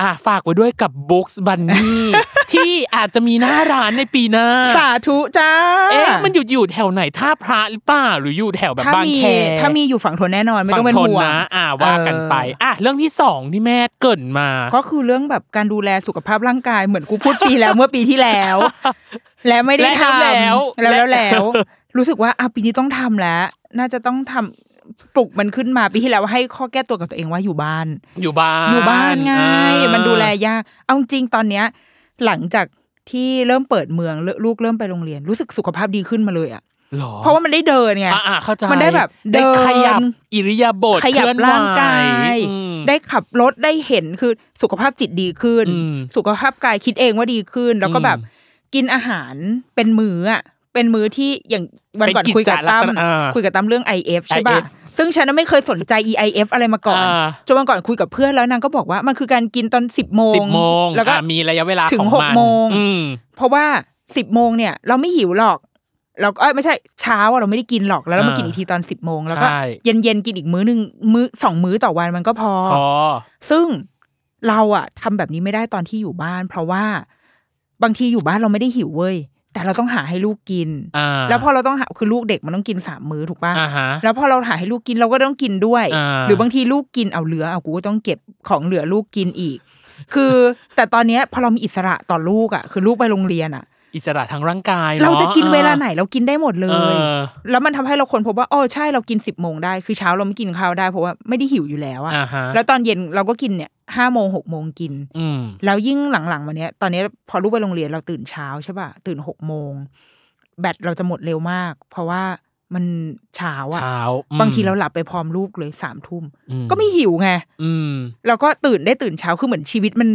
อ่ะฝากไว้ด้วยกับ Books Bunny ที่อาจจะมีหน้าร้านในปีหน้า
สาธุจ้า
เอ๊ะมันอยู่อยู่แถวไหนท่าพระหรือเปล่าหรืออยู่แถวแบบ
ถ้า
บาง
มี
แค
ถ้ามีอยู่ฝั่งทนแน่นอน ไม่
ฝั่
ต้อง งเป็น
ทน
ห่วง
นะ อ่ะว่ากันไป
เอออ่
อ่ะเรื่องที่สองที่แม่เกรินมา
ก็คือเรื่องแบบการดูแลสุขภาพร่างกายเหมือนกูพูดปีแล้ว เมื่อปีที่แล้ว และไม่ได้ทำ
แล้วแล้ว
แล้วแล้ว
และ
แล้วรู้สึกว่าอ่ะปีนี้ต้องทำแล้ว น่าจะต้องทำปลุกมันขึ้นมาปีที่แล้วให้ข้อแก้ตัวกับตัวเองว่าอยู่บ้าน
อยู่บ้าน
อยู่บ้านไง
อ่า
มันดูแลยากเอาจริงตอนเนี้ย หลังจากที่เริ่มเปิดเมืองลูกเริ่มไปโรงเรียน รู้สึกสุขภาพดีขึ้นมาเลยอ่ะ
หรอ
เพราะว่ามันได้เดินไง
อ่ะอ่ะเข้าใจ
มันได้แบบ
ได้
เดิน
ขยับอิริยาบถ
ขยับ
เคลื่อนไหว
ร่างกาย
อืม
ได้ขับรถได้เห็นคือสุขภาพจิตดีขึ้น
อืม
สุขภาพกายคิดเองว่าดีขึ้น แล้วก็
อืม
แบบกินอาหารเป็นมื้ออะเป็นมื้อที่อย่างวันก่อน
เป็นกิจ
คุยกับ
ลัก
ตั้
ษ
ม
ณะอ่า
คุยกับตั้มเรื่อง IF ใช่ป่ะ
IF
ซึ่งฉันนะไม่เคยสนใจ EIF อะไรมาก่อน
อ่า
จนวันก่อนคุยกับเพื่อนแล้วนางก็บอกว่ามันคือการกินตอนสิบโมง
สิบโมง
แล้วก็
อ่ะมีระยะเวลา
ถึง
ของ
หก
มัน
โมง
อืม
เพราะว่าสิบโมงเนี่ย เราไม่หิวหรอก เราก็เอ้ยไม่ใช่เช้าอะเราไม่ได้กินหรอกแล้วเรามา
อ่ากิ
กินอีกทีตอนสิบโมงแล้วก็
ใช่
เย็นเย็นๆกินอีกมื้อหนึ่งมื้อสองมื้อต่อวันมันก็พอ
พอ
ซึ่งเราอะทำแบบนี้ไม่ได้ตอนที่อยู่บ้าน เพราะว่าบางทีอยู่บ้านเราไม่ได้หิวเว้ยแต่เราต้องหาให้ลูกกิน
อ่า
แล้วพอเราต้องหาคือลูกเด็กมันต้องกินสามมื้อถูกปะ
อ่าฮะ
แล้วพอเราหาให้ลูกกินเราก็ต้องกินด้วย
อ่า
หรือบางทีลูกกินเอาเหลือเอากูก็ต้องเก็บของเหลือลูกกินอีก คือ แต่ตอนเนี้ยพอเรามีอิสระต่อลูกอะคือลูกไปโรงเรียนอะ
อิสระทางร่างกายนอ
เราจะกินเวลาไหนเรากินได้หมดเล
เอย อ
แล้วมันทำให้เราคนพบว่าอ๋อใช่เรากินสิบโมงได้คือเช้าเราไม่กินข้าวได้เพราะว่าไม่ได้หิวอยู่แล้วอะ
อ่าฮะ
แล้วตอนเย็นเราก็กินเนี่ยห้าโมงหกโมงกิน
อืม
แล้วยิ่งหลังๆวันเนี้ยตอนนี้พอลูกไปโรงเรียนเราตื่นเช้าใช่ป่ะตื่นหกโมงแบตเราจะหมดเร็วมาก เพราะว่ามันเช้าอ่ะ
เช้าอืม
บางทีเราหลับไปพร้อมลูกเลยสามทุ่ม
อื
ก็ไม่หิวไง
อืม
เราก็ตื่นได้ตื่นเช้าคือเหมือนชีวิตมัน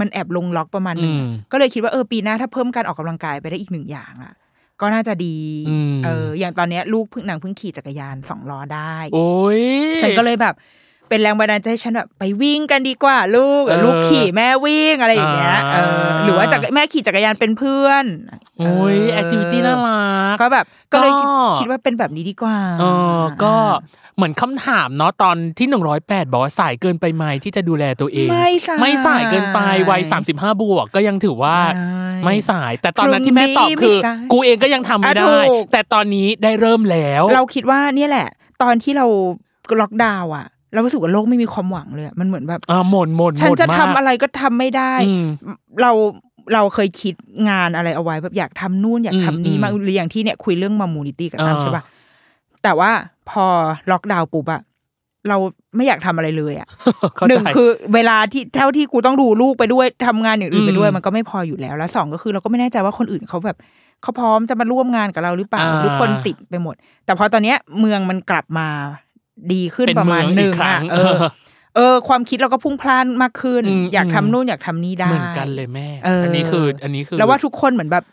มันแอบลงล็อกประมาณหนึง
อืม
ก็เลยคิดว่าเออปีหน้าถ้าเพิ่มการออกกำลังกายไปได้อีกหนึ่งอย่างอ่ะ ก็น่าจะดี
อืม
เอออย่างตอนเนี้ยลูกเพิ่งนางเพิ่งขี่จักรยานสองล้อได้
โอ้ย
ฉันก็เลยแบบ เป็นแรงบันดาลใจให้ฉันแบบไปวิ่งกันดีกว่า ลูกเออ
เออ
ลูกขี่แม่วิ่งอะไรอย่างเงี้ยเออ
อ่า
หรือว่าจักรแม่ขี่จักรยานเป็นเพื่อน
โอ้ย
เ
แอคทิวิตี้น่ารัก
ก็แบบก็เลยคิด
ก็
คิดว่าเป็นแบบนี้ดีกว่า
เออก็เหมือนคำถามเนาะตอนที่ 108 บอกว่าสายเกินไปไหมที่จะดูแลตัวเอง
ไม่สาย
ไม่สายเกินไปวัย35 บวกก็ยังถือว่า
ไม่
ไม่สาย แต่ตอนนั้นที่แม่ตอบ
พรุ่งนี้
คือ
ไม่สาย
กูเองก็ยังทำไม่
อ่ะถู
ได้
ก
แต่ตอนนี้ได้เริ่มแล้ว
เราคิดว่าเนี่ยแหละ ตอนที่เราล็อกดาวน์อ่ะ เรารู้สึกว่าโลกไม่มีความหวังเลยอะมันเหมือนแบบ
อ่าหมดหมด
ฉัน
หมด
จะ
มาก
ทำอะไรก็ทำไม่ได้
อืม
เราเราเคยคิดงานอะไรเอาไว้แบบอยากทำนู่นอยากทำนี่
อืม
มาหรืออย่างที่เนี่ยคุยเรื่องมามูนิตี้กับ
อ่า
น้ำใช่ปะแต่ว่าพอล็อกดาวน์ปุ๊บอะเราไม่อยากทำอะไรเลยอะ
เข้า
หนึ่
ใจ
งคือเวลาที่เท่าที่กูต้องดูลูกไปด้วยทำงานอย่างอื่นไปด้วย
อืม
มันก็ไม่พออยู่แล้วแล้วสองก็คือเราก็ไม่แน่ใจว่าคนอื่นเขาแบบเขาพร้อมจะมาร่วมงานกับเราหรือเปล่า
อ่า
หรือคนติดไปหมด แต่พอตอนเนี้ยเมืองมันกลับมาดีขึ้น
เป็น
ประมาณ
เมืองอีก
หนึ่ง
ครั้
อะ
ง
เอ อ เออ ความคิดเราก็พุ่งพล่านมากขึ้น
อืม
อยาก
อื
ทำ
ม
นู่นอยากทำนี่ได้
เหมือนกันเลยแม่
เอออั
อันนี้คืออันนี้คือ
แล้วว่าทุกคนเหมือนแบบ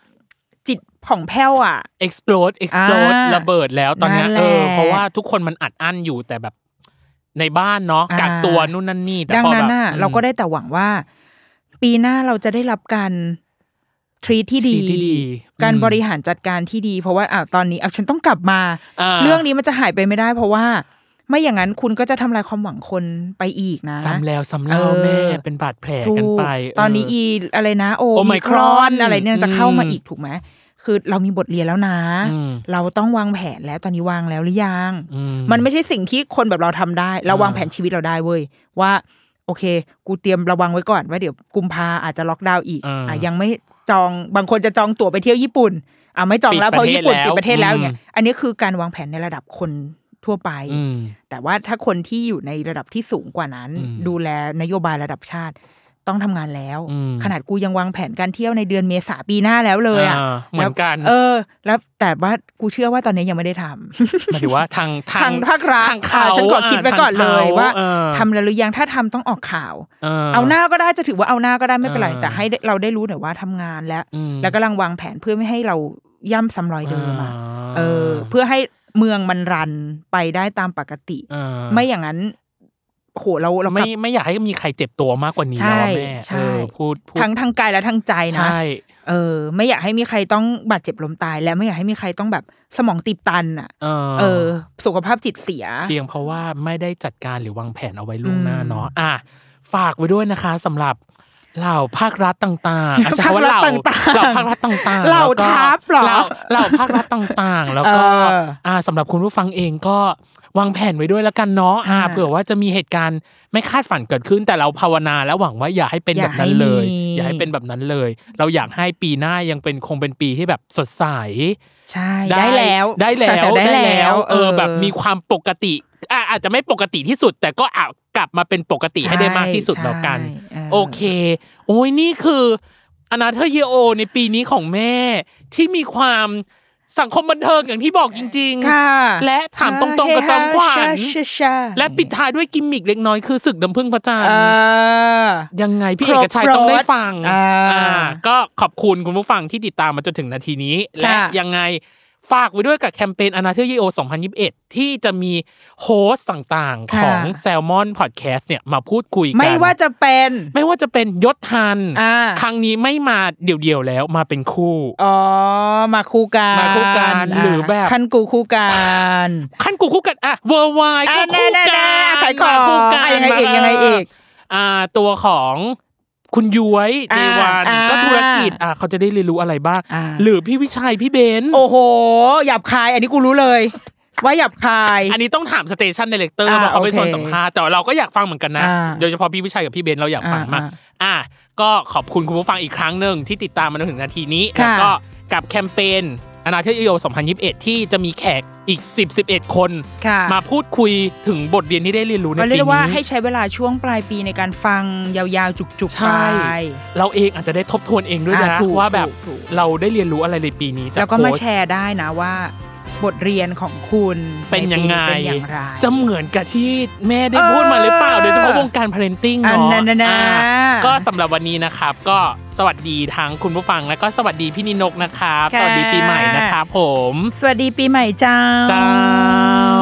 จิตผ่องแผ้วอ่ะ
explode explode
อ่า
ระเบิดแล้วตอนเนี้ย
นั่นแหละ
เออเพราะว่าทุกคนมันอัดอั้นอยู่แต่แบบในบ้านเนาะ
อ่า
กักตัวนู่นนั่นนี่แต่
ดัง
พอ
นั้
แบ
น
บ
น่ะ
อืม
เราก็ได้แต่หวังว่า ปีหน้าเราจะได้รับการทรีที่
treat ที่ดี
การ
อืม
บริหารจัดการที่ดี เพราะว่าอ่ะตอนนี้อ่ะฉันต้องกลับมา เรื่องนี้มันจะหายไปไม่ได้ เพราะว่า ไม่อย่างนั้นคุณก็จะทำลายความหวังคนไปอีกนะ
ซ้ำแล้วซ้ำเล่า
เออ
แม่เป็นบาดแผล
ถู
กัน
ก
ไป
ตอนนี้
เ
อีอะไรนะโอ
โอไม
มิ
ค
ค
ร
ร
อ
อน นอะไรเนี่ยจะเข้ามา
อืม
อีกถูกไหมคือเรามีบทเรียนแล้วนะ
อืม
เราต้องวางแผนแล้วตอนนี้วางแล้วหรือยัง
อื
มันไม่ใช่สิ่งที่คนแบบเราทำได้
อ่าว
เราางแผนชีวิตเราได้เว้ยว่า โอเค กูเตรียมระวังไว้ก่อนว่าเดี๋ยวกุมภาอาจจะล็อกดาวน์อีก
อ่า
อ่ะยังไม่จองบางคนจะจองตั๋วไปเที่ยวญี่ปุ่นอ่ะไม่จองแล้ว
ปิดประ
เพราะ
เทศ
ญี่ปุ่น
แล้ว
ปิดประเทศแล้ว
อืม
อย่างเงี้ยอันนี้คือการวางแผนในระดับคนทั่วไป
อืม
แต่ว่าถ้าคนที่อยู่ในระดับที่สูงกว่านั้น
อืม
ดูแลนโยบายระดับชาติ ต้องทำงานแล้ว
อืม
ขนาดกูยังวางแผนการเที่ยวในเดือนเมษาปีหน้าแล้วเลยอ่ะ
าเหมือนกัน
แล้วเออ แล้วแต่ว่ากูเชื่อว่าตอนนี้ยังไม่ได้ทำ
หมายถึงว่าทาง
ทางภาครัฐ
ทางเขา
อ่ะฉันขอคิดไว้ก่อนเลยว่า
ออ
ทำแล้วหรือยังถ้าทำต้องออกข่าว
เออ
เอาหน้าก็ได้จะถือว่าเอาหน้าก็ได้ไม่เป็นไร
เออ
แต่ให้เราได้รู้หน่อยว่าทำงานแล้ว
อืม
แล้วกำลังวางแผนเพื่อไม่ให้เราย่ำซ้ำรอยเดิม
า
อะเออ เพื่อให้เมืองมันรันไปได้ตามปกติ
เออ
ไม่อย่างนั้นโหเราเราก
ไม่
ลับ
ไม่อยากให้มีใครเจ็บตัวมากกว่านี้
ใช่
แล้วอะแม่
ใช่
เออพูดพูด
ทั้งทางกายและทางใจนะ
ใช่
เออ ไม่อยากให้มีใครต้องบาดเจ็บล้มตาย และไม่อยากให้มีใครต้องแบบสมองตีบตันอ่ะ
เออ
เออ สุขภาพจิตเสีย
เพียงเพราะว่าไม่ได้จัดการหรือวางแผนเอาไว้ล่วงหน้า
อืม
เนาะอ่ะฝากไว้ด้วยนะคะสำหรับเหล่าภาครัฐต่างๆอ่ะใช้
ภาค
คำว่า
รั
เห
ฐ
ล่า
ต่างๆ
เหล่าภาครัฐต่างๆ
เห
แวก็
ล่าทัพเหรอ
ล่าเหล่าภาครัฐต่างๆ แล้วก็
เอออ่
่าสำหรับคุณผู้ฟังเองก็วางแผนไว้ด้วยแล้วกันเนาะอ่า
อ่า
เผื่อว่าจะมีเหตุการณ์ไม่คาดฝันเกิดขึ้น แต่เราภาวนาและหวังว่าอย่าให้เป็น
อ
แบ
ย่า
บ
ให้
นั้นเลย
มี
อย่าให้เป็นแบบนั้นเลย เราอยากให้ปีหน้ายังเป็นคงเป็นปีที่แบบสดใส
ใช่ได้แล้ว
ได้แล้
สถาว นะได้แล้ว
เออ แบบมีความปกติอ่ะอาจจะไม่ปกติที่สุด แต่ก็อ่ะกลับมาเป็นปกติให้ได้มากที่สุดแล้วกัน
ใช่
โอเค โอ้ยนี่คืออนาเธอเยโอในปีนี้ของแม่ ที่มีความสังคมบันเทิงอย่างที่บอกจริง
ค่ะ
ๆ และถามตรงๆกับจอมขวัญ
เฮ้ยชะชะช
และปิดท้ายด้วยกิมมิกเล็กน้อยคือศึกน้ำพึ่งพระจันท
เอ
ร์
อ
ยังไงพี่
คร
เอบกชัยต้องได้ฟัง
รสอ่า
ก็ขอบคุณคุณผู้ฟังที่ติดตามมาจนถึงนาทีนี้ และยังไงฝากไว้ด้วยกับแคมเปญอนาเธอร์ยโอ 2021 ที่จะมีโฮสต์ต่างๆ
ค่ะ
ของ s ซ l m o n Podcast เนี่ยมาพูดคุยกัน
ไม่ว่าจะเป็น
ไม่ว่าจะเป็นยศทัน
อ่า
ครั้งนี้ไม่มาเดี่ยวๆแล้วมาเป็นคู่
อ๋อ มาคู่กัน
มาคู่กันหรือแบบ
คันกูคู่กัน
ขั้นกูคู่กันอะเวอร์วายก็
อ่ะ
คู่
แน่
กั
ๆ
น
ๆขายของ
มาคู่กัน
อ่ะยังไงอีก
มา
ยังไงอีก
อ่าตัวของคุณย้วย
อ่า
เดวัน
อ่า
ก็ธุรกิจอ่าเขาจะได้เรียนรู้อะไรบ้าง
อ่า
หรือพี่วิชัยพี่เบนซ์
โอ้โห หยาบคาย อันนี้กูรู้เลย ว่าหยาบคาย
อันนี้ต้องถามสเตชันเดเลกเตอร์
อ่า
เพราะเขาเป็น
โอเค
ส่วนสัมภาษณ์แต่เราก็อยากฟังเหมือนกันนะ
อ่า
โดยเฉพาะพี่วิชัยกับพี่เบนซ์เราอยากฟังมาก
อ่า
อ่าก็ขอบคุณคุณผู้ฟังอีกครั้งหนึ่งที่ติดตามมาจนถึงนาทีนี้
ค่ะ
แล้วก็กับแคมเปญอนาเธอร์ยโย2021 ที่จะมีแขกอีก 10 11 คน
ค่ะ
มาพูดคุยถึงบทเรียนที่ได้เรียนรู้ใน
ก็
ปี
เรียก
นี้
ได้ว่าให้ใช้เวลาช่วงปลายปีในการฟังยาวๆ จุกๆ
ใช่
ไป
เราเองอาจจะได้ทบทวนเองด้วย
อ่า
นะ
ถูก
ว่าแบบ
ถูกถูก
เราได้เรียนรู้อะไรในปีนี้จาก
แล้วก็มา
โค้ช
แชร์ได้นะว่า บทเรียนของคุณ
เป็นยังไง
ในปีนี้เป็นอย่างไร
จะเหมือนกับที่แม่ได้พูดมาหรือเปล่า
เออ
โดยเฉพาะวงการพา r e n t i n g
อั
เนาะ
นนั้น
อ่
น่ะนะ
าก็สำหรับวันนี้นะครับ ก็สวัสดีทั้งคุณผู้ฟังและก็สวัสดีพี่นินกนะครับ สวัสดีปีใหม่นะครับผม
สวัสดีปีใหม่เจ้า
เจ้า